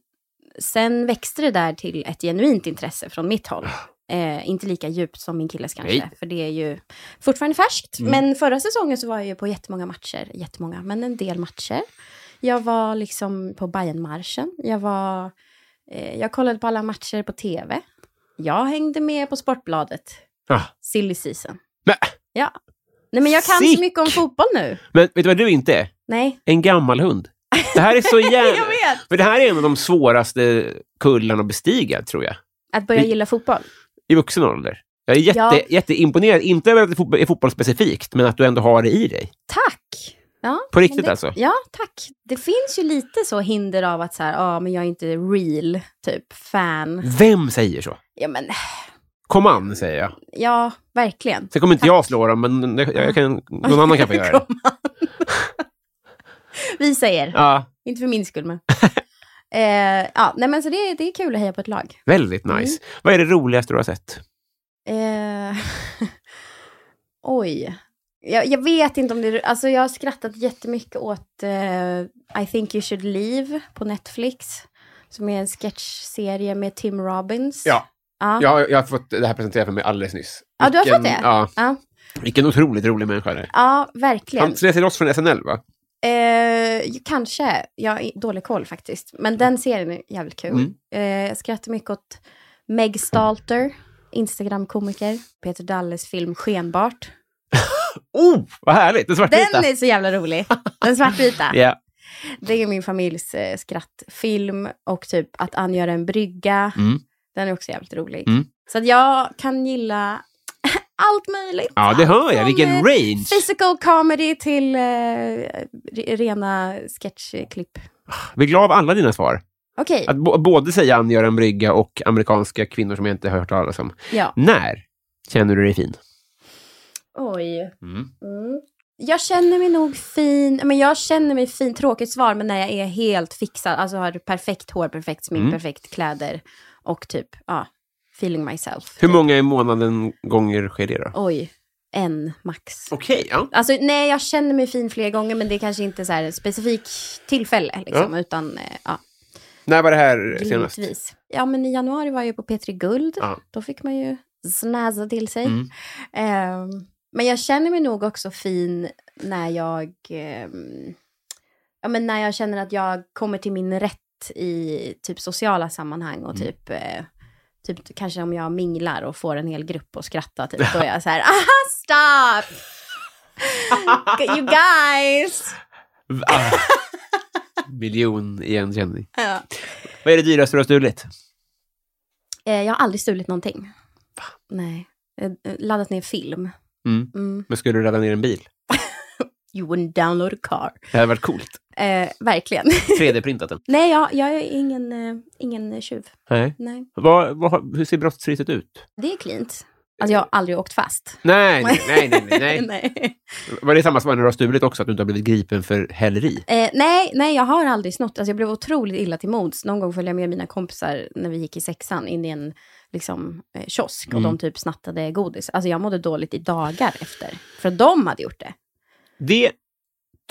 [SPEAKER 5] sen växte det där till ett genuint intresse från mitt håll. Eh, inte lika djupt som min killes kanske,
[SPEAKER 2] Nej. Mm.
[SPEAKER 5] för det är ju fortfarande färskt. Men förra säsongen så var jag ju på jättemånga matcher, jättemånga, men en del matcher. Jag var liksom på Bayernmarschen. Jag var... Eh, jag kollade på alla matcher på tv. Jag hängde med på Sportbladet.
[SPEAKER 2] Ah.
[SPEAKER 5] Silly season.
[SPEAKER 2] Men,
[SPEAKER 5] Ja. Nej, men jag kan
[SPEAKER 2] Sick!
[SPEAKER 5] så mycket om fotboll nu.
[SPEAKER 2] men vet du vad du inte är?
[SPEAKER 5] Nej.
[SPEAKER 2] En gammal hund. Det här är så
[SPEAKER 5] <laughs> Jag
[SPEAKER 2] jävla...
[SPEAKER 5] vet!
[SPEAKER 2] För det här är en av de svåraste kullarna att bestiga, tror jag.
[SPEAKER 5] Att börja
[SPEAKER 2] Vi-
[SPEAKER 5] gilla fotboll.
[SPEAKER 2] I vuxen ålder. Jag är jätte,
[SPEAKER 5] Ja.
[SPEAKER 2] jätteimponerad. Inte över att det fotbo- är fotbollsspecifikt, men att du ändå har det i dig.
[SPEAKER 5] Tack! Ja,
[SPEAKER 2] På riktigt
[SPEAKER 5] men det,
[SPEAKER 2] alltså?
[SPEAKER 5] Ja, tack. Det finns ju lite så hinder av att så här, ja, men jag är inte real, typ, fan.
[SPEAKER 2] Vem säger så?
[SPEAKER 5] Ja, men,
[SPEAKER 2] Kom an, säger jag.
[SPEAKER 5] ja, verkligen.
[SPEAKER 2] Sen kommer inte jag slå dem, men jag, jag kan, någon annan
[SPEAKER 5] <laughs>
[SPEAKER 2] kan få göra det.
[SPEAKER 5] Kom an. Vi säger,
[SPEAKER 2] Ja,
[SPEAKER 5] inte för min skull, men. eh, ja, nej, men så det, det är kul att heja på ett lag.
[SPEAKER 2] väldigt nice.
[SPEAKER 5] Mm.
[SPEAKER 2] Vad är det roligaste du har sett?
[SPEAKER 5] Eh, <laughs> oj. Jag, jag vet inte om det är... Alltså jag har skrattat jättemycket åt eh, I think you should leave på Netflix. Som är en sketchserie med Tim Robbins.
[SPEAKER 2] Ja.
[SPEAKER 5] Ja, ja.
[SPEAKER 2] Jag, jag har fått det här presenterat för mig alldeles nyss.
[SPEAKER 5] Ja, du har fått det?
[SPEAKER 2] Ja,
[SPEAKER 5] ja.
[SPEAKER 2] vilken otroligt rolig människa det är.
[SPEAKER 5] verkligen.
[SPEAKER 2] Han reser loss från SNL, va?
[SPEAKER 5] Eh, kanske. Jag har dålig koll faktiskt. Men den serien är jävligt kul.
[SPEAKER 2] Mm.
[SPEAKER 5] Eh, jag skrattar mycket åt Meg Stalter, Instagram-komiker. Peter Dalles film Skenbart.
[SPEAKER 2] Oh, vad härligt! Den svartvita.
[SPEAKER 5] Den är så jävla rolig. Den svartvita.
[SPEAKER 2] Ja.
[SPEAKER 5] Det är min familjs eh, skrattfilm och typ att angöra en brygga.
[SPEAKER 2] Mm.
[SPEAKER 5] Den är också jävligt rolig.
[SPEAKER 2] Mm.
[SPEAKER 5] Så att jag kan gilla <laughs> allt möjligt.
[SPEAKER 2] Ja, det hör
[SPEAKER 5] Allt
[SPEAKER 2] jag.
[SPEAKER 5] från,
[SPEAKER 2] Vilken
[SPEAKER 5] eh,
[SPEAKER 2] range!
[SPEAKER 5] Physical comedy till eh, re- rena sketchklipp.
[SPEAKER 2] Vi är glad av alla dina svar.
[SPEAKER 5] Okej,
[SPEAKER 2] Att bo- både säga Ann Göran Brygga och amerikanska kvinnor som jag inte har hört talas om.
[SPEAKER 5] ja.
[SPEAKER 2] När känner du dig fin?
[SPEAKER 5] Oj.
[SPEAKER 2] Mm.
[SPEAKER 5] Mm. Jag känner mig nog fin. Men jag känner mig fin. Tråkigt svar, men när jag är helt fixad. Alltså har perfekt hår, perfekt smink,
[SPEAKER 2] Mm.
[SPEAKER 5] perfekt kläder och typ, ja, feeling myself.
[SPEAKER 2] Hur många i månaden gånger sker det då?
[SPEAKER 5] Oj, en max.
[SPEAKER 2] Okej, ja.
[SPEAKER 5] Alltså nej, jag känner mig fin fler gånger, men det är kanske inte så här specifikt tillfälle liksom,
[SPEAKER 2] Ja.
[SPEAKER 5] utan eh, ja,
[SPEAKER 2] När var det här senast?
[SPEAKER 5] glidvis. Ja, men i januari var jag ju på P3 Guld.
[SPEAKER 2] Ja.
[SPEAKER 5] Då fick man ju snäsa till sig.
[SPEAKER 2] Mm.
[SPEAKER 5] Ehm, men jag känner mig nog också fin när jag, ehm, ja, men när jag känner att jag kommer till min rätt i typ sociala sammanhang och
[SPEAKER 2] Mm.
[SPEAKER 5] typ, eh, typ kanske om jag minglar och får en hel grupp att skratta, typ, då är jag
[SPEAKER 2] <laughs>
[SPEAKER 5] så här, aha, stop! You guys!
[SPEAKER 2] Ah. Miljon i igenkänning.
[SPEAKER 5] Ja.
[SPEAKER 2] Vad är det dyraste du har stulit?
[SPEAKER 5] Eh, Jag har aldrig stulit någonting. Nej. Eh, eh, Laddat ner film.
[SPEAKER 2] Mm.
[SPEAKER 5] Mm.
[SPEAKER 2] Men skulle du rädda ner en bil?
[SPEAKER 5] You wouldn't download a car.
[SPEAKER 2] Det hade varit coolt.
[SPEAKER 5] Eh, verkligen. <laughs>
[SPEAKER 2] 3D-printat den.
[SPEAKER 5] Nej, jag, jag är ingen, eh, ingen tjuv.
[SPEAKER 2] Nej.
[SPEAKER 5] Nej.
[SPEAKER 2] Vad, vad, har- hur ser brottsregistret ut?
[SPEAKER 5] Det är klint. Alltså jag har aldrig åkt fast.
[SPEAKER 2] Nej, nej, nej. nej, <laughs> nej.
[SPEAKER 5] <laughs> nej.
[SPEAKER 2] Var det samma som när du har stulit också, att du inte har blivit gripen för häleri?
[SPEAKER 5] Eh, nej, nej, jag har aldrig snott. Alltså jag blev otroligt illa till mods. Någon gång följde jag med mina kompisar när vi gick i sexan in i en liksom, eh, kiosk och
[SPEAKER 2] Mm.
[SPEAKER 5] de typ snattade godis. Alltså jag mådde dåligt i dagar efter. För att de hade gjort det.
[SPEAKER 2] Det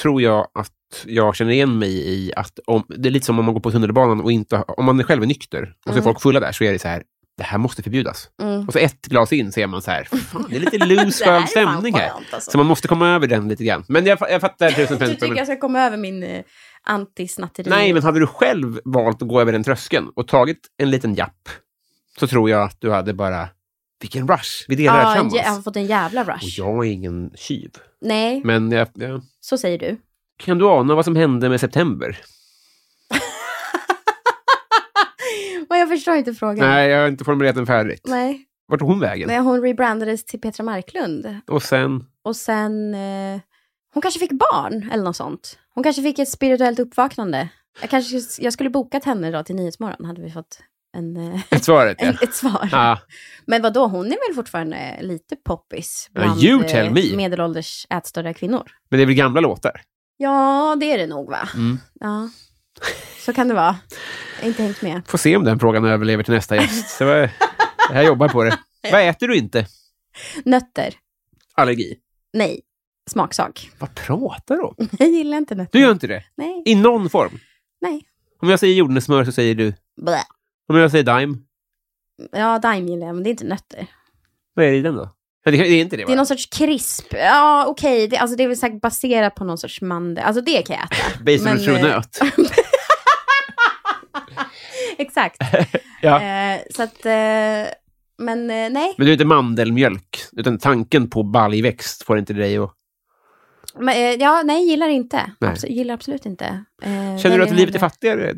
[SPEAKER 2] tror jag att jag känner igen mig i. Att om, det är lite som om man går på tunnelbanan och inte har- Om man själv är nykter och så är
[SPEAKER 5] Mm.
[SPEAKER 2] folk fulla där, så är det så här, det här måste förbjudas.
[SPEAKER 5] Mm.
[SPEAKER 2] Och så ett glas in ser man så här, fan, det är lite loose
[SPEAKER 5] <laughs> Det här
[SPEAKER 2] skön
[SPEAKER 5] är fan
[SPEAKER 2] stämning här.
[SPEAKER 5] skönt, alltså.
[SPEAKER 2] Så man måste komma över den lite grann. Men jag, fa- jag fattar tusen
[SPEAKER 5] Du
[SPEAKER 2] procent.
[SPEAKER 5] tycker jag ska komma över min eh, antisnatteri?
[SPEAKER 2] Nej, men hade du själv valt att gå över den tröskeln och tagit en liten japp, så tror jag att du hade bara, vilken rush, vi delar
[SPEAKER 5] Ja,
[SPEAKER 2] här
[SPEAKER 5] en jä-
[SPEAKER 2] tillsammans.
[SPEAKER 5] jag har fått en jävla
[SPEAKER 2] Och
[SPEAKER 5] rush.
[SPEAKER 2] jag är ingen tjuv.
[SPEAKER 5] Nej,
[SPEAKER 2] Men jag, jag,
[SPEAKER 5] så säger du.
[SPEAKER 2] kan du ana vad som hände med september?
[SPEAKER 5] Och jag förstår inte frågan.
[SPEAKER 2] Nej, jag har inte formulerat den färdigt.
[SPEAKER 5] Nej.
[SPEAKER 2] Vart tog hon vägen?
[SPEAKER 5] Nej, hon rebrandades till Petra Marklund.
[SPEAKER 2] Och sen, <laughs>
[SPEAKER 5] Och sen... Eh, hon kanske fick barn eller något sånt. Hon kanske fick ett spirituellt uppvaknande. Jag, kanske, jag skulle bokat henne idag till Nyhetsmorgon. Hade vi fått en, eh,
[SPEAKER 2] ett svaret ja.
[SPEAKER 5] en, <laughs> ett svar.
[SPEAKER 2] Ah,
[SPEAKER 5] Men vadå, hon är väl fortfarande lite poppis
[SPEAKER 2] Ja,
[SPEAKER 5] bland
[SPEAKER 2] you tell
[SPEAKER 5] eh,
[SPEAKER 2] me.
[SPEAKER 5] medelålders ätstörda kvinnor?
[SPEAKER 2] men det är väl gamla låtar?
[SPEAKER 5] Ja, det är det nog va?
[SPEAKER 2] Mm.
[SPEAKER 5] Ja, så kan det vara. Jag har inte hängt med.
[SPEAKER 2] Får se om den frågan överlever till nästa gäst. Så jag, jag jobbar på
[SPEAKER 5] <laughs>
[SPEAKER 2] det. Vad äter du inte?
[SPEAKER 5] Nötter?
[SPEAKER 2] Allergi.
[SPEAKER 5] Nej. Smaksak? <laughs>
[SPEAKER 2] Vad pratar du om?
[SPEAKER 5] Jag gillar inte nötter.
[SPEAKER 2] Du gör inte det?
[SPEAKER 5] Nej.
[SPEAKER 2] I någon form?
[SPEAKER 5] Nej.
[SPEAKER 2] Om jag säger jordnötssmör så säger du?
[SPEAKER 5] Blä.
[SPEAKER 2] Om jag säger Dime?
[SPEAKER 5] Ja, daim gillar jag, men det är inte nötter.
[SPEAKER 2] Vad är det i den då? Nej, det, det är inte det,
[SPEAKER 5] Det är
[SPEAKER 2] va?
[SPEAKER 5] någon sorts krisp. Ja, okej. Det, alltså, det är väl säkert baserat på någon sorts mandel. Alltså det kan
[SPEAKER 2] <laughs>
[SPEAKER 5] jag äta.
[SPEAKER 2] Basil
[SPEAKER 5] men, eh,
[SPEAKER 2] och
[SPEAKER 5] <laughs>
[SPEAKER 2] true-nöt.
[SPEAKER 5] Exakt.
[SPEAKER 2] Ja.
[SPEAKER 5] Eh, så att... Eh, men eh, nej.
[SPEAKER 2] Men du är inte mandelmjölk, utan tanken på baljväxt får inte dig att...
[SPEAKER 5] Eh, Men, eh, ja, nej, gillar inte.
[SPEAKER 2] Nej.
[SPEAKER 5] Abso- gillar absolut inte. Eh,
[SPEAKER 2] Känner
[SPEAKER 5] väljer
[SPEAKER 2] du att livet är
[SPEAKER 5] hellre-
[SPEAKER 2] fattigare?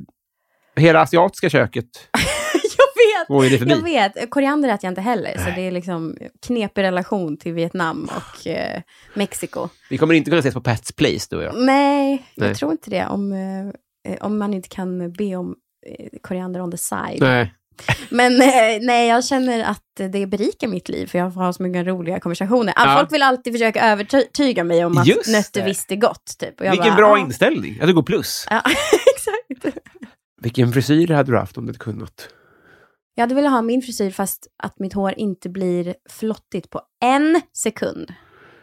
[SPEAKER 2] Hela asiatiska köket
[SPEAKER 5] <laughs> Jag vet!
[SPEAKER 2] går ju det förbi.
[SPEAKER 5] Jag vet, koriander äter jag inte heller, så det är liksom knepig relation till Vietnam och eh, Mexiko.
[SPEAKER 2] Vi kommer inte kunna ses på Pats Place, du och jag.
[SPEAKER 5] Nej,
[SPEAKER 2] Nej.
[SPEAKER 5] jag tror inte det, om, eh, om man inte kan be om eh, koriander on the side.
[SPEAKER 2] Nej.
[SPEAKER 5] Men eh, nej, jag känner att det berikar mitt liv, för jag får ha så många roliga konversationer. All-
[SPEAKER 2] Ja.
[SPEAKER 5] Folk vill alltid försöka övertyga mig om att
[SPEAKER 2] Just
[SPEAKER 5] nötter
[SPEAKER 2] det.
[SPEAKER 5] visst är gott. Typ. Och jag
[SPEAKER 2] Vilken
[SPEAKER 5] bara,
[SPEAKER 2] bra
[SPEAKER 5] "Ah."
[SPEAKER 2] inställning, att du går plus.
[SPEAKER 5] Ja, <laughs> exakt.
[SPEAKER 2] Vilken frisyr hade du haft om du hade kunnat?
[SPEAKER 5] Jag hade velat ha min frisyr fast att mitt hår inte blir flottigt på en sekund.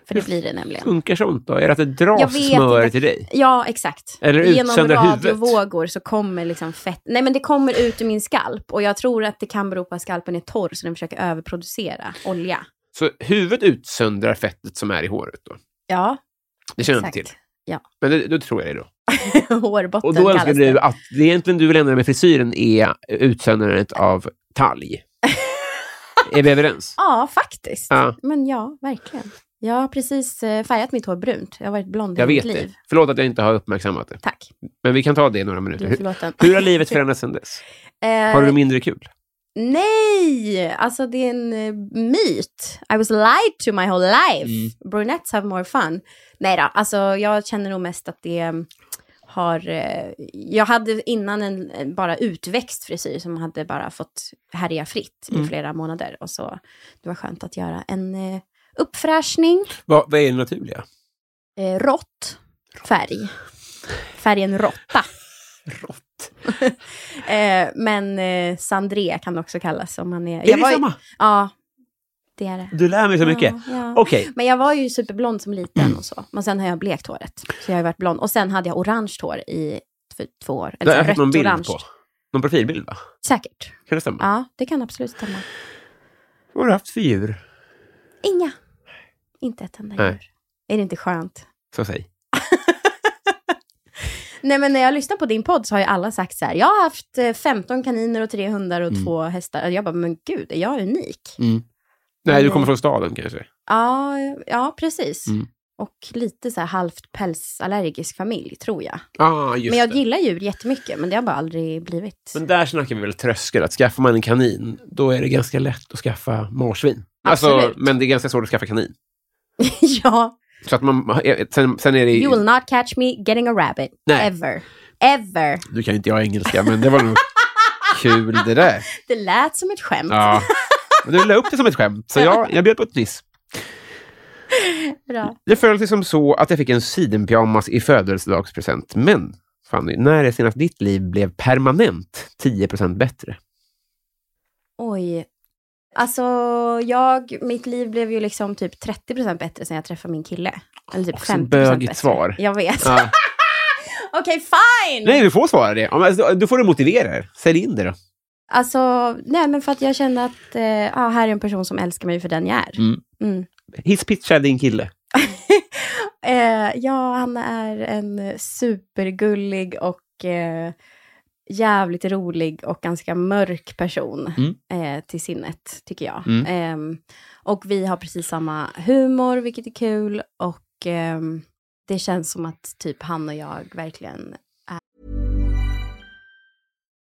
[SPEAKER 5] För det blir det nämligen.
[SPEAKER 2] Funkar sånt då? Är det att det
[SPEAKER 5] Jag
[SPEAKER 2] dras
[SPEAKER 5] vet
[SPEAKER 2] smör
[SPEAKER 5] inte.
[SPEAKER 2] till dig?
[SPEAKER 5] Ja, exakt.
[SPEAKER 2] Eller
[SPEAKER 5] Genom
[SPEAKER 2] utsöndrar huvudet.
[SPEAKER 5] radiovågor så kommer liksom fett... Nej, men det kommer ut ur min skalp. Och jag tror att det kan bero på att skalpen är torr, så den försöker överproducera olja.
[SPEAKER 2] Så huvudet utsöndrar fettet som är i håret då?
[SPEAKER 5] Ja,
[SPEAKER 2] Det känner jag
[SPEAKER 5] exakt.
[SPEAKER 2] inte till.
[SPEAKER 5] Ja,
[SPEAKER 2] Men det, då tror jag det då.
[SPEAKER 5] <laughs> hårbotten
[SPEAKER 2] Och då önskar
[SPEAKER 5] kallas
[SPEAKER 2] du
[SPEAKER 5] det.
[SPEAKER 2] att det egentligen du vill ändra med frisyren är utsöndrandet av
[SPEAKER 5] <laughs>
[SPEAKER 2] talg. är vi överens?
[SPEAKER 5] Ja, faktiskt.
[SPEAKER 2] Ja,
[SPEAKER 5] Men ja, verkligen. Jag har precis eh, färgat mitt hår brunt. Jag har varit blond i
[SPEAKER 2] jag
[SPEAKER 5] mitt
[SPEAKER 2] vet
[SPEAKER 5] liv.
[SPEAKER 2] det. Förlåt att jag inte har uppmärksammat det.
[SPEAKER 5] Tack.
[SPEAKER 2] Men vi kan ta det i några
[SPEAKER 5] Du
[SPEAKER 2] minuter.
[SPEAKER 5] är
[SPEAKER 2] Hur,
[SPEAKER 5] förlåten.
[SPEAKER 2] hur har livet förändrats sedan dess?
[SPEAKER 5] <laughs> Eh,
[SPEAKER 2] Har du mindre kul?
[SPEAKER 5] Nej! Alltså det är en eh, myt. I was lied to my whole life.
[SPEAKER 2] Mm.
[SPEAKER 5] Brunettes have more fun. Nej då, alltså jag känner nog mest att det mm, har... eh, Jag hade innan en en bara utväxt frisyr som hade bara fått härja fritt
[SPEAKER 2] Mm.
[SPEAKER 5] i flera månader. Och så det var skönt att göra en eh, uppfräschning.
[SPEAKER 2] Vad, vad är det naturliga?
[SPEAKER 5] Eh, rått färg.
[SPEAKER 2] <laughs>
[SPEAKER 5] Färgen råtta.
[SPEAKER 2] Rått.
[SPEAKER 5] Eh, men eh, sandré kan det också kallas om man är...
[SPEAKER 2] Är det
[SPEAKER 5] ju-
[SPEAKER 2] samma?
[SPEAKER 5] Ja, det är det.
[SPEAKER 2] Du lär mig så mycket.
[SPEAKER 5] Ja, ja.
[SPEAKER 2] Okej,
[SPEAKER 5] Men jag var ju superblond som liten och så. Men sen har jag blekt håret. Så jag har ju varit blond. Och sen hade jag orange hår i för två år.
[SPEAKER 2] det har jag
[SPEAKER 5] så
[SPEAKER 2] fått någon bild
[SPEAKER 5] rött-orange.
[SPEAKER 2] på. Någon profilbild va?
[SPEAKER 5] Säkert.
[SPEAKER 2] Kan det stämma?
[SPEAKER 5] Ja, det kan absolut stämma.
[SPEAKER 2] Vad har du haft för djur?
[SPEAKER 5] Inga. Inte ett enda
[SPEAKER 2] Nej.
[SPEAKER 5] djur. Är det inte skönt?
[SPEAKER 2] Så säg.
[SPEAKER 5] Nej, men när jag lyssnar på din podd så har ju alla sagt så här. Jag har haft eh, 15 kaniner och tre hundar och
[SPEAKER 2] Mm.
[SPEAKER 5] två hästar. Och jag bara, men gud, är jag unik?
[SPEAKER 2] Nej, du kommer från staden kanske?
[SPEAKER 5] Ja, ja precis.
[SPEAKER 2] Mm.
[SPEAKER 5] Och lite så här halvt pälsallergisk familj, tror jag.
[SPEAKER 2] Ja, ah, just
[SPEAKER 5] men jag
[SPEAKER 2] det.
[SPEAKER 5] gillar djur jättemycket, men det har bara aldrig blivit.
[SPEAKER 2] Men där snackar vi väl tröskel, att skaffar man en kanin, då är det ganska lätt att skaffa marsvin. Alltså,
[SPEAKER 5] Absolut.
[SPEAKER 2] men det är ganska svårt att skaffa kanin.
[SPEAKER 5] <laughs> ja,
[SPEAKER 2] Så att man, eh, sen, sen är det...
[SPEAKER 5] you will not catch me getting a rabbit.
[SPEAKER 2] Nej.
[SPEAKER 5] Ever. Ever.
[SPEAKER 2] Nu kan ju inte jag engelska, men det var nog kul det <laughs> där.
[SPEAKER 5] Det lät som ett skämt.
[SPEAKER 2] Ja. Men du la upp det som ett skämt, så jag, jag bjöd på ett nyss.
[SPEAKER 5] Bra.
[SPEAKER 2] Det föll sig som så att jag fick en sidenpyjamas i födelsedagspresent. Men, Fanny, när är senast ditt liv blev permanent 10 bättre?
[SPEAKER 5] Oj. Alltså, jag, mitt liv blev ju liksom typ 30% bättre sen jag träffade min kille. Eller typ
[SPEAKER 2] Också
[SPEAKER 5] 50%
[SPEAKER 2] bögigt
[SPEAKER 5] bättre.
[SPEAKER 2] svar.
[SPEAKER 5] Jag vet.
[SPEAKER 2] Ja.
[SPEAKER 5] <laughs> Okej, fine!
[SPEAKER 2] Nej, du får svara det. Ja, men alltså, Då får du motivera det. Sälj in det då.
[SPEAKER 5] Alltså, nej men för att jag kände att eh, ja, här är en person som älskar mig för den jag är.
[SPEAKER 2] Mm.
[SPEAKER 5] Mm.
[SPEAKER 2] Hisspitcha din kille.
[SPEAKER 5] Eh, ja, han är en supergullig och eh, jävligt rolig och ganska mörk person
[SPEAKER 2] Mm.
[SPEAKER 5] eh, till sinnet, tycker jag. Ehm, och vi har precis samma humor, vilket är kul. Och ehm, det känns som att typ han och jag verkligen...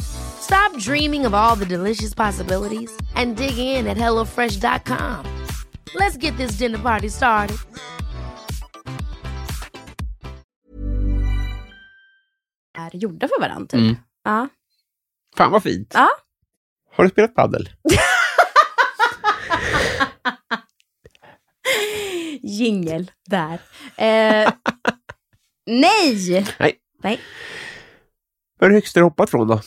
[SPEAKER 6] Stop dreaming of all the delicious possibilities and dig in at HelloFresh.com. Let's get this dinner party started.
[SPEAKER 5] är gjorda för varandra. Typ.
[SPEAKER 2] Mm.
[SPEAKER 5] Ja.
[SPEAKER 2] Fan vad fint.
[SPEAKER 5] Ja.
[SPEAKER 2] Har du spelat paddel?
[SPEAKER 5] Jingel där.
[SPEAKER 2] <laughs>
[SPEAKER 5] Eh, nej!
[SPEAKER 2] Nej.
[SPEAKER 5] Nej.
[SPEAKER 2] Vad är det högsta du hoppat från då?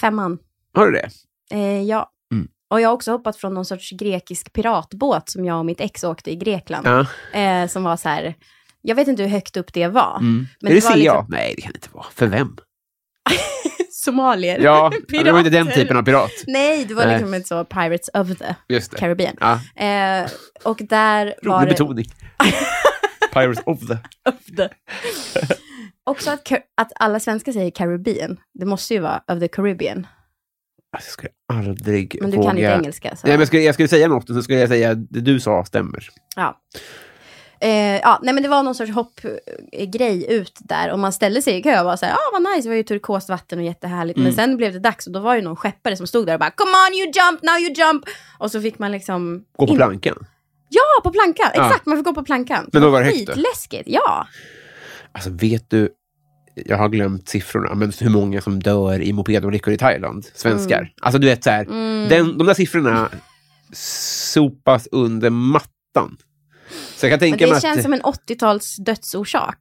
[SPEAKER 5] Femman.
[SPEAKER 2] Har du det?
[SPEAKER 5] Eh, ja.
[SPEAKER 2] Mm.
[SPEAKER 5] Och jag har också hoppat från någon sorts grekisk piratbåt som jag och mitt ex åkte i Grekland.
[SPEAKER 2] Ja.
[SPEAKER 5] Eh, som var så här, jag vet inte hur högt upp det var.
[SPEAKER 2] Mm. är det,
[SPEAKER 5] var
[SPEAKER 2] ser
[SPEAKER 5] liksom
[SPEAKER 2] jag? Nej, det kan det inte vara. För vem?
[SPEAKER 5] <laughs> somalier. <laughs>
[SPEAKER 2] Ja, det var inte den
[SPEAKER 5] Pirater.
[SPEAKER 2] typen av pirat.
[SPEAKER 5] Nej, det var
[SPEAKER 2] Nej.
[SPEAKER 5] liksom ett så Pirates of the
[SPEAKER 2] Just det.
[SPEAKER 5] Caribbean.
[SPEAKER 2] Ja.
[SPEAKER 5] Eh, och där var
[SPEAKER 2] Rolig
[SPEAKER 5] det <laughs>
[SPEAKER 2] betoning. Pirates of the... Alltså, <laughs>
[SPEAKER 5] också att, Car- att alla svenskar säger Caribbean. Det måste ju vara of the Caribbean.
[SPEAKER 2] Alltså, jag skulle aldrig
[SPEAKER 5] Men du
[SPEAKER 2] våga...
[SPEAKER 5] kan inte engelska. Så.
[SPEAKER 2] Nej, men jag, skulle, jag skulle säga något och så skulle jag säga att det du sa stämmer.
[SPEAKER 5] Ja. Eh, ja, nej men det var någon sorts hoppgrej ut där och man ställde sig i kö och var så här, ah, vad nice, det var ju turkost vatten och jättehärligt.
[SPEAKER 2] Mm.
[SPEAKER 5] Men sen blev det dags och då var det någon skeppare som stod där och bara, come on you jump, now you jump. Och så fick man liksom...
[SPEAKER 2] Gå på
[SPEAKER 5] in-
[SPEAKER 2] plankan.
[SPEAKER 5] Ja, på plankan!
[SPEAKER 2] Ja.
[SPEAKER 5] Exakt, man fick gå på plankan.
[SPEAKER 2] Men då var det högt då?
[SPEAKER 5] Skitläskigt, ja.
[SPEAKER 2] Alltså, vet du... Jag har glömt siffrorna, men hur många som dör i mopedolyckor i Thailand? Svenskar.
[SPEAKER 5] Mm.
[SPEAKER 2] Alltså, du vet så här. Den, de där siffrorna sopas under mattan. Så jag kan
[SPEAKER 5] Men
[SPEAKER 2] tänka mig
[SPEAKER 5] det
[SPEAKER 2] att...
[SPEAKER 5] känns som en 80-tals dödsorsak.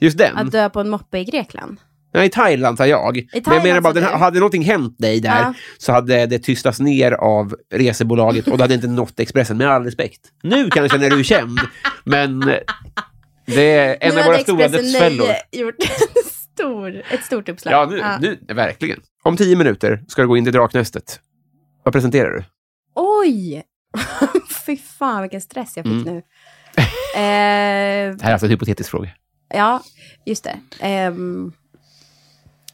[SPEAKER 2] just den?
[SPEAKER 5] Att dö på en moppe i Grekland.
[SPEAKER 2] Nej, i Thailand sa jag. Men jag
[SPEAKER 5] Thailand
[SPEAKER 2] menar bara,
[SPEAKER 5] sa
[SPEAKER 2] den,
[SPEAKER 5] du.
[SPEAKER 2] hade någonting hänt dig där
[SPEAKER 5] Ja.
[SPEAKER 2] så hade det tystats ner av resebolaget och det hade inte nått Expressen, med all respekt. Nu kan jag känna dig känd, men det är en
[SPEAKER 5] Nu
[SPEAKER 2] av
[SPEAKER 5] hade
[SPEAKER 2] våra stora
[SPEAKER 5] Expressen
[SPEAKER 2] dödsfällor.
[SPEAKER 5] Nöje gjort <laughs> en stor, ett stort uppslag.
[SPEAKER 2] Ja, nu, nu, verkligen. Om tio minuter ska du gå in till Draknästet. Vad presenterar du? <laughs>
[SPEAKER 5] Oj! Fy fan vilken stress jag
[SPEAKER 2] Mm.
[SPEAKER 5] fick nu. Eh,
[SPEAKER 2] Det här är alltså en hypotetisk fråga.
[SPEAKER 5] ja, just det. Ehm,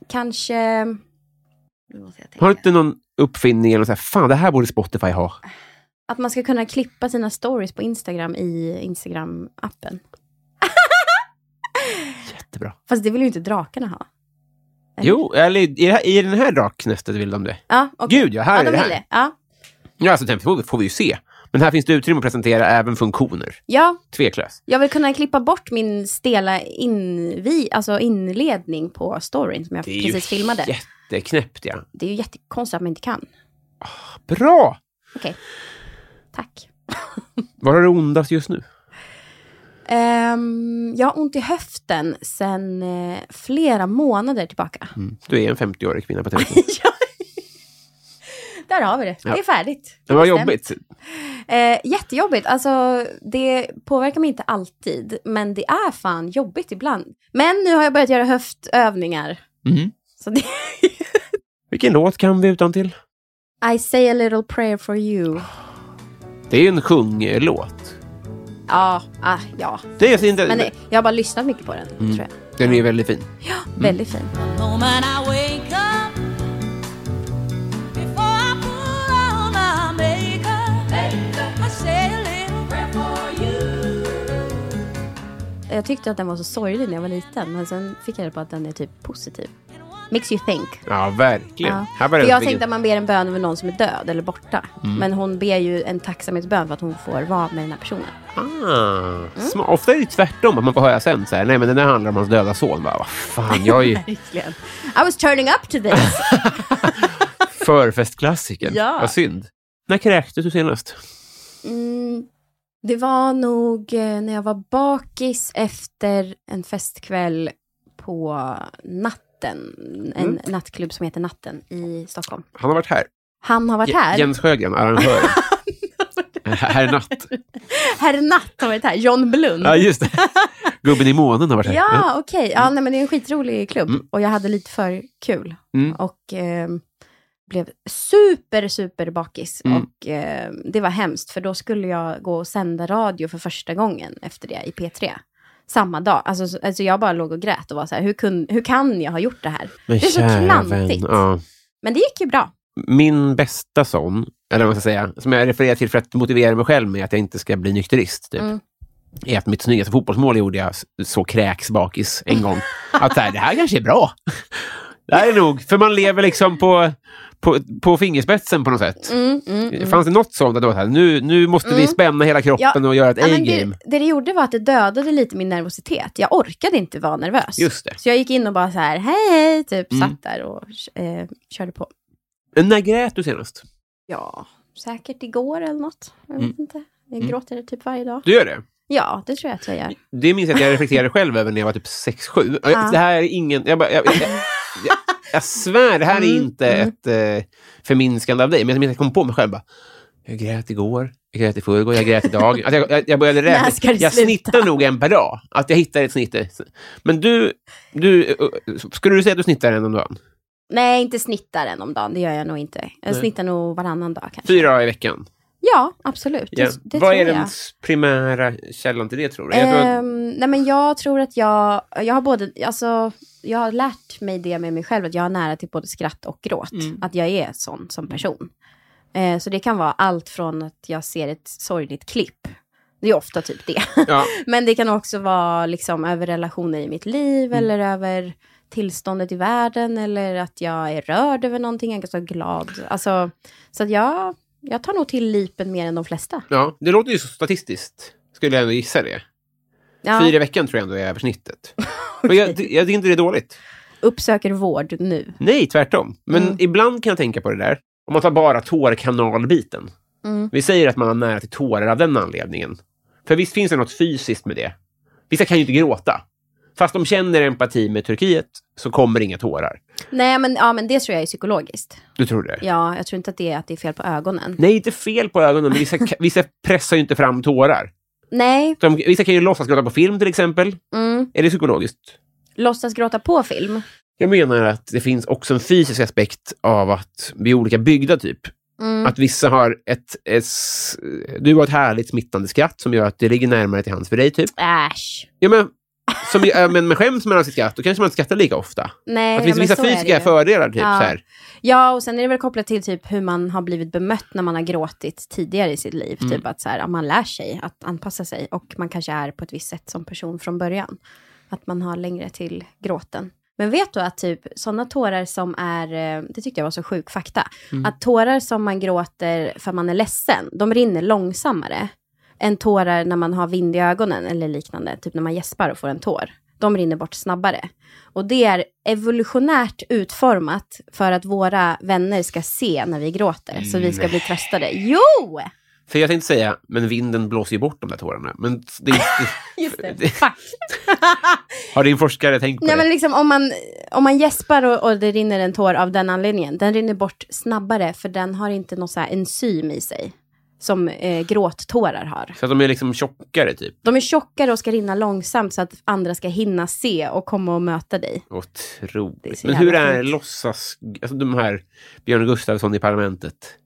[SPEAKER 5] kanske... Nu måste jag tänka.
[SPEAKER 2] Har du inte någon uppfinning eller så här, fan det här borde Spotify ha?
[SPEAKER 5] Att man ska kunna klippa sina stories på Instagram i Instagram-appen.
[SPEAKER 2] Jättebra.
[SPEAKER 5] Fast det vill ju inte drakarna ha. Eller?
[SPEAKER 2] Jo, eller i, det här- i den här Draknästet vill de det.
[SPEAKER 5] Ja, okej.
[SPEAKER 2] Gud, ja, här
[SPEAKER 5] ja,
[SPEAKER 2] är
[SPEAKER 5] de
[SPEAKER 2] det här.
[SPEAKER 5] vill det. Ja,
[SPEAKER 2] Ja, alltså, den får, vi- får vi ju se. Men här finns det utrymme att presentera även funktioner.
[SPEAKER 5] ja,
[SPEAKER 2] Tveklöst.
[SPEAKER 5] jag vill kunna klippa bort min stela invi, alltså inledning på storyn som jag precis filmade.
[SPEAKER 2] jätteknäppt, ja.
[SPEAKER 5] Det är ju jättekonstigt att man inte kan.
[SPEAKER 2] Bra!
[SPEAKER 5] Okej. Tack.
[SPEAKER 2] Var är det ondast just nu?
[SPEAKER 5] Ehm, jag har ont i höften sedan eh, flera månader tillbaka.
[SPEAKER 2] Du är en 50-årig kvinna på television.
[SPEAKER 5] <laughs> Ja. Där har vi det.
[SPEAKER 2] Ja.
[SPEAKER 5] Det är färdigt.
[SPEAKER 2] Det var
[SPEAKER 5] Bestämt.
[SPEAKER 2] jobbigt.
[SPEAKER 5] Eh, jättejobbigt. Alltså, det påverkar mig inte alltid, men det är fan jobbigt ibland. Men nu har jag börjat göra höftövningar.
[SPEAKER 2] Mhm.
[SPEAKER 5] Så det
[SPEAKER 2] Vilken låt kan vi utan till?
[SPEAKER 5] I say a little prayer for you.
[SPEAKER 2] Ah. Det är ju en sjunglåt.
[SPEAKER 5] Ja, ah, ja.
[SPEAKER 2] Det är inte...
[SPEAKER 5] Men eh, jag har bara lyssnat mycket på den,
[SPEAKER 2] Mm.
[SPEAKER 5] tror jag.
[SPEAKER 2] Den är väldigt fin.
[SPEAKER 5] Väldigt fin.
[SPEAKER 7] moment I wake up before I put on my makeup, I say a little prayer for you.
[SPEAKER 5] Jag tyckte att den var så sorglig när jag var liten, men sen fick jag reda på att den är typ positiv. Makes you think.
[SPEAKER 2] Ja, verkligen.
[SPEAKER 5] Ja.
[SPEAKER 2] Här
[SPEAKER 5] För
[SPEAKER 2] var det
[SPEAKER 5] jag tänkte att man ber en bön över någon som är död eller borta. Men hon ber ju en tacksamhetsbön för att hon får vara med den här personen. Mm.
[SPEAKER 2] Ah, sma- Ofta är det tvärtom, att man får höra sen så här, nej men den här handlar om hans döda son. Bara, Vad fan, jag är ju
[SPEAKER 5] <laughs> Verkligen. I was turning up to this.
[SPEAKER 2] förfestklassikern.
[SPEAKER 5] Ja.
[SPEAKER 2] Vad synd. När kräktes du senast?
[SPEAKER 5] Mm, det var nog eh, när jag var bakis efter en festkväll på natten. En nattklubb som heter Natten i Stockholm.
[SPEAKER 2] Han har varit här.
[SPEAKER 5] Han har varit
[SPEAKER 2] Je-
[SPEAKER 5] här.
[SPEAKER 2] Jens Sjögren,
[SPEAKER 5] <laughs>
[SPEAKER 2] arrangören. här är natt.
[SPEAKER 5] Herr Natt har varit här. John Blund.
[SPEAKER 2] Ja, just det. Gubben i månen har varit här.
[SPEAKER 5] Ja, okej. Ja, nej, men det är en skitrolig klubb. Och jag hade lite för kul.
[SPEAKER 2] Mm.
[SPEAKER 5] Och ehm, blev super, super bakis.
[SPEAKER 2] Mm.
[SPEAKER 5] Och ehm, det var hemskt, för då skulle jag gå och sända radio för första gången efter det i P3. Samma dag. Alltså, så- alltså jag bara låg och grät och var så här, hur, kun, hur kan jag ha gjort det här?
[SPEAKER 2] Men
[SPEAKER 5] det är så
[SPEAKER 2] kära
[SPEAKER 5] klantigt.
[SPEAKER 2] vän, ja.
[SPEAKER 5] Men det gick ju bra.
[SPEAKER 2] Min bästa sån, eller vad man ska säga, som jag refererar till för att motivera mig själv med att jag inte ska bli nykterist, typ,
[SPEAKER 5] Mm.
[SPEAKER 2] är att mitt snyggaste fotbollsmål gjorde jag s- så kräksbakis en gång. att så här, det här kanske är bra. det här är nog, för man lever liksom på, på, på fingerspetsen på något sätt.
[SPEAKER 5] Mm, mm, mm.
[SPEAKER 2] Fanns det något sånt att det var så här, nu, nu måste vi spänna hela kroppen och göra ett
[SPEAKER 5] Ja, men det,
[SPEAKER 2] A-game?
[SPEAKER 5] det det gjorde var att det dödade lite min nervositet. Jag orkade inte vara nervös.
[SPEAKER 2] Just det.
[SPEAKER 5] Så jag gick in och bara så här, hej, hej, typ
[SPEAKER 2] Mm.
[SPEAKER 5] satt där och eh, körde på.
[SPEAKER 2] Men När grät du senast?
[SPEAKER 5] Ja, säkert igår eller något. Jag
[SPEAKER 2] Mm.
[SPEAKER 5] vet inte. Jag gråter typ varje dag.
[SPEAKER 2] Du gör det?
[SPEAKER 5] Ja, det tror jag att jag gör.
[SPEAKER 2] Det minns jag att jag <laughs> reflekterade själv över när jag var typ 6-7. Och jag-
[SPEAKER 5] Ja.
[SPEAKER 2] Det här är ingen... Jag, bara, jag, jag, jag, jag svär, det här är
[SPEAKER 5] Mm,
[SPEAKER 2] inte ett eh, förminskande av dig, men jag minns att jag kom på mig själv bara, jag grät igår, jag grät i förrgår, jag grät idag. Alltså jag, jag, jag började
[SPEAKER 5] När
[SPEAKER 2] räkna.
[SPEAKER 5] ska det
[SPEAKER 2] Jag
[SPEAKER 5] sluta?
[SPEAKER 2] snittar nog en per dag. Att jag hittar ett snitt. Men du, du... eh, eh, Skulle du säga att du snittar en om dagen?
[SPEAKER 5] Nej, inte snittar en om dagen. Det gör jag nog inte. Jag
[SPEAKER 2] Nej.
[SPEAKER 5] snittar nog varannan dag kanske.
[SPEAKER 2] Fyra dagar i veckan?
[SPEAKER 5] Ja, absolut.
[SPEAKER 2] Ja.
[SPEAKER 5] Det, det
[SPEAKER 2] Vad
[SPEAKER 5] tror
[SPEAKER 2] är den
[SPEAKER 5] jag.
[SPEAKER 2] primära källan till det, tror du? Jag tror att,
[SPEAKER 5] Ehm, nej men jag tror att jag, jag har både, alltså, jag har lärt mig det med mig själv, att jag har nära till både skratt och gråt.
[SPEAKER 2] Mm.
[SPEAKER 5] Att jag är sån som person. Eh, så det kan vara allt från att jag ser ett sorgligt klipp, det är ofta typ det.
[SPEAKER 2] ja,
[SPEAKER 5] Men det kan också vara liksom över relationer i mitt
[SPEAKER 2] Mm.
[SPEAKER 5] liv eller över tillståndet i världen eller att jag är rörd över någonting, jag är så glad. Alltså, så att jag, jag tar nog till lipen mer än de flesta.
[SPEAKER 2] ja, det låter ju så statistiskt. Skulle jag ändå gissa det.
[SPEAKER 5] Ja,
[SPEAKER 2] Fyra i veckan tror jag ändå är
[SPEAKER 6] <laughs>
[SPEAKER 2] översnittet. Men jag, jag tycker inte det är dåligt.
[SPEAKER 5] uppsöker vård nu.
[SPEAKER 2] Nej, tvärtom. Men
[SPEAKER 6] Mm.
[SPEAKER 2] ibland kan jag tänka på det där.
[SPEAKER 6] Mm.
[SPEAKER 2] Om man tar bara tårkanalbiten. Vi säger att man har nära till tårar av den anledningen. För visst finns det något fysiskt med det. Vissa kan ju inte gråta. Fast de känner empati med Turkiet så kommer inga tårar.
[SPEAKER 6] Nej, men, ja, men det tror jag är psykologiskt.
[SPEAKER 2] Du tror det?
[SPEAKER 6] Ja, jag tror inte att det är, att det är fel på ögonen.
[SPEAKER 2] Nej, inte fel på ögonen, men vissa,
[SPEAKER 6] <laughs>
[SPEAKER 2] vissa pressar ju inte fram tårar.
[SPEAKER 6] Nej.
[SPEAKER 2] De, vissa kan ju låtsas gråta på film till exempel.
[SPEAKER 6] Mm.
[SPEAKER 2] Är det psykologiskt?
[SPEAKER 6] Låtsas gråta på film.
[SPEAKER 2] Jag menar att det finns också en fysisk aspekt av att vi är olika byggda, typ.
[SPEAKER 6] Mm.
[SPEAKER 2] Att vissa har ett, ett... s- Du har ett härligt smittande skratt som gör att det ligger närmare till hands för dig, typ.
[SPEAKER 6] Äsch.
[SPEAKER 2] Ja, men, som, ja, men med skäms man av sitt skratt, då kanske man inte skrattar lika ofta.
[SPEAKER 6] Nej,
[SPEAKER 2] att det finns
[SPEAKER 6] ja, men
[SPEAKER 2] vissa
[SPEAKER 6] så är det
[SPEAKER 2] fysiska
[SPEAKER 6] ju.
[SPEAKER 2] fördelar, typ.
[SPEAKER 6] Ja.
[SPEAKER 2] Så här.
[SPEAKER 6] Ja, och sen är det väl kopplat till typ hur man har blivit bemött när man har gråtit tidigare i sitt liv.
[SPEAKER 2] Mm.
[SPEAKER 6] Typ att så här, ja, man lär sig att anpassa sig och man kanske är på ett visst sätt som person från början. Att man har längre till gråten. Men vet du att typ sådana tårar som är, eh, det tyckte jag var så sjuk fakta,
[SPEAKER 8] Mm.
[SPEAKER 6] att tårar som man gråter för man är ledsen, de rinner långsammare än tårar när man har vind i ögonen eller liknande, typ när man gäspar och får en tår. De rinner bort snabbare. Och det är evolutionärt utformat för att våra vänner ska se när vi gråter, så vi ska
[SPEAKER 2] Mm.
[SPEAKER 6] bli tröstade. Jo!
[SPEAKER 2] För jag tänkte säga, men vinden blåser ju bort de där tårarna. Men det,
[SPEAKER 6] <laughs>
[SPEAKER 2] det,
[SPEAKER 6] Just det. Fuck.
[SPEAKER 2] har din forskare tänkt på
[SPEAKER 6] Nej,
[SPEAKER 2] det?
[SPEAKER 6] men liksom, om, man, om man gäspar och, och det rinner en tår av den anledningen, den rinner bort snabbare för den har inte något så här enzym i sig som eh, gråttårar har.
[SPEAKER 2] Så att de är liksom tjockare, typ.
[SPEAKER 6] De är tjockare och ska rinna långsamt så att andra ska hinna se och komma och möta dig.
[SPEAKER 2] Otroligt.
[SPEAKER 6] så
[SPEAKER 2] Men hur
[SPEAKER 6] jävla
[SPEAKER 2] är
[SPEAKER 6] sjukt.
[SPEAKER 2] låtsas... Alltså de här Björn Gustafsson i Parlamentet.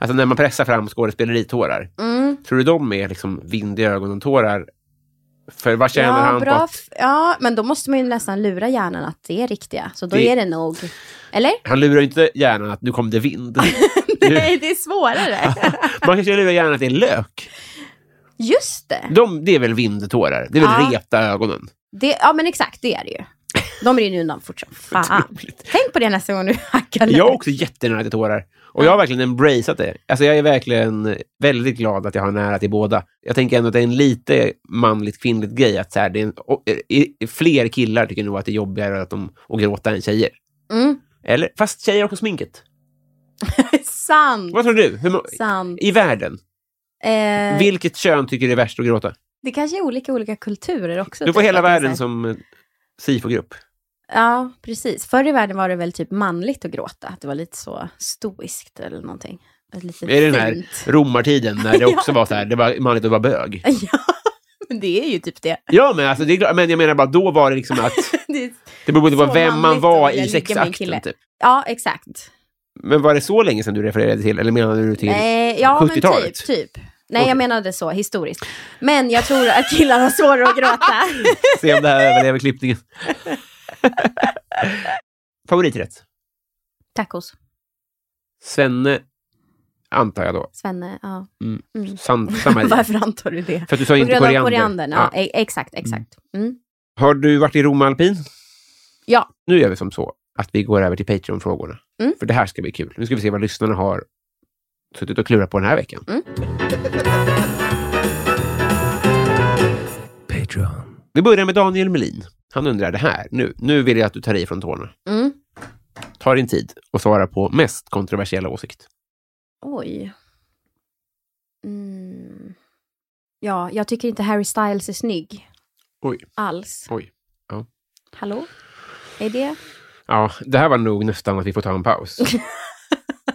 [SPEAKER 2] Alltså när man pressar fram skådespeleritårar.
[SPEAKER 6] Mm.
[SPEAKER 2] Tror du de är liksom vind i ögonen-tårar? För vad tjänar
[SPEAKER 6] Ja,
[SPEAKER 2] han
[SPEAKER 6] bra
[SPEAKER 2] på att...
[SPEAKER 6] f- ja, men då måste man ju nästan lura hjärnan att det är riktiga. Så då
[SPEAKER 2] Det-
[SPEAKER 6] är det nog... Eller?
[SPEAKER 2] Han lurar ju inte hjärnan att nu kom det vind.
[SPEAKER 6] <laughs> Nej, det är svårare.
[SPEAKER 2] Man kanske lurar hjärnan att det är lök.
[SPEAKER 6] Just det.
[SPEAKER 2] De, det är väl vindtårar? Det är väl
[SPEAKER 6] Ja.
[SPEAKER 2] reta ögonen?
[SPEAKER 6] det. Ja, men exakt, det är det ju. De rinner ju undan fort som fan. Tänk på det nästa gång du hackar
[SPEAKER 2] Jag är också jättenära till tårar. Och jag har verkligen embraceat det. Alltså jag är verkligen väldigt glad att jag har nära till båda. Jag tänker ändå att det är en lite manligt kvinnligt grej. Att så här, det är en, och, eh, i- i- fler killar tycker nog att det är jobbigare att, de, att gråta än tjejer.
[SPEAKER 6] Mm.
[SPEAKER 2] Eller? Fast tjejer har också sminket.
[SPEAKER 6] Sant.
[SPEAKER 2] Vad tror du? Hur, må-
[SPEAKER 6] Sant.
[SPEAKER 2] I världen,
[SPEAKER 6] Eh,
[SPEAKER 2] vilket kön tycker det är värst att gråta?
[SPEAKER 6] Det kanske är olika olika kulturer också.
[SPEAKER 2] Du får
[SPEAKER 6] typ,
[SPEAKER 2] hela
[SPEAKER 6] att det är
[SPEAKER 2] världen
[SPEAKER 6] så här-
[SPEAKER 2] som eh, SIFO-grupp.
[SPEAKER 6] Ja, precis. Förr i världen var det väl typ manligt att gråta. Att det var lite så stoiskt eller någonting. Lite
[SPEAKER 2] Är det den här
[SPEAKER 6] fint. <laughs>
[SPEAKER 2] romartiden när det också var så här, det var manligt att vara bög?
[SPEAKER 6] Men det är ju typ det. <laughs>
[SPEAKER 2] Ja, men, alltså, det är klart, men jag menar bara, då var det liksom att
[SPEAKER 6] det är
[SPEAKER 2] det berodde på
[SPEAKER 6] så
[SPEAKER 2] vem man
[SPEAKER 6] manligt
[SPEAKER 2] var
[SPEAKER 6] att vilja
[SPEAKER 2] i
[SPEAKER 6] ligga med en kille.
[SPEAKER 2] sexakten. Typ.
[SPEAKER 6] Ja, exakt.
[SPEAKER 2] Men var det så länge sedan du refererade till, eller menade du till
[SPEAKER 6] Nej, ja, men
[SPEAKER 2] 70-talet?
[SPEAKER 6] typ, typ. Nej, jag menade så, historiskt. Men jag tror att killar har <laughs> svårare att gråta.
[SPEAKER 2] Se om det här överlever
[SPEAKER 6] <laughs>
[SPEAKER 2] klippningen. Favoriträtt?
[SPEAKER 6] Tacos.
[SPEAKER 2] Svenne, antar jag då.
[SPEAKER 6] Svenne, ja.
[SPEAKER 2] Mm.
[SPEAKER 6] Mm.
[SPEAKER 2] San,
[SPEAKER 6] <laughs>
[SPEAKER 2] Samaria.
[SPEAKER 6] Varför antar du det?
[SPEAKER 2] För att du sa
[SPEAKER 6] På
[SPEAKER 2] inte
[SPEAKER 6] grund av
[SPEAKER 2] koriander. Ah,
[SPEAKER 6] koriandern, ja.
[SPEAKER 2] Ja.
[SPEAKER 6] e- Exakt, exakt. Mm.
[SPEAKER 2] Har du varit i Roma alpin?
[SPEAKER 6] Ja.
[SPEAKER 2] Nu gör vi som så att vi går över till Patreon-frågorna.
[SPEAKER 6] Mm.
[SPEAKER 2] För det här ska bli kul. Nu ska vi se vad lyssnarna har suttit och klurat på den här veckan.
[SPEAKER 6] Mm.
[SPEAKER 2] Patreon. Vi börjar med Daniel Melin. Han undrar det här. Nu, nu vill jag att du tar i från tårna.
[SPEAKER 6] Mm.
[SPEAKER 2] Ta din tid och svara på mest kontroversiella åsikt.
[SPEAKER 6] Oj. Mm. Ja, jag tycker inte Harry Styles är snygg
[SPEAKER 2] Oj.
[SPEAKER 6] alls.
[SPEAKER 2] Oj. Ja.
[SPEAKER 6] Hallå? Är det?
[SPEAKER 2] ja, det här var nog nästan att vi får ta en paus.
[SPEAKER 6] <laughs>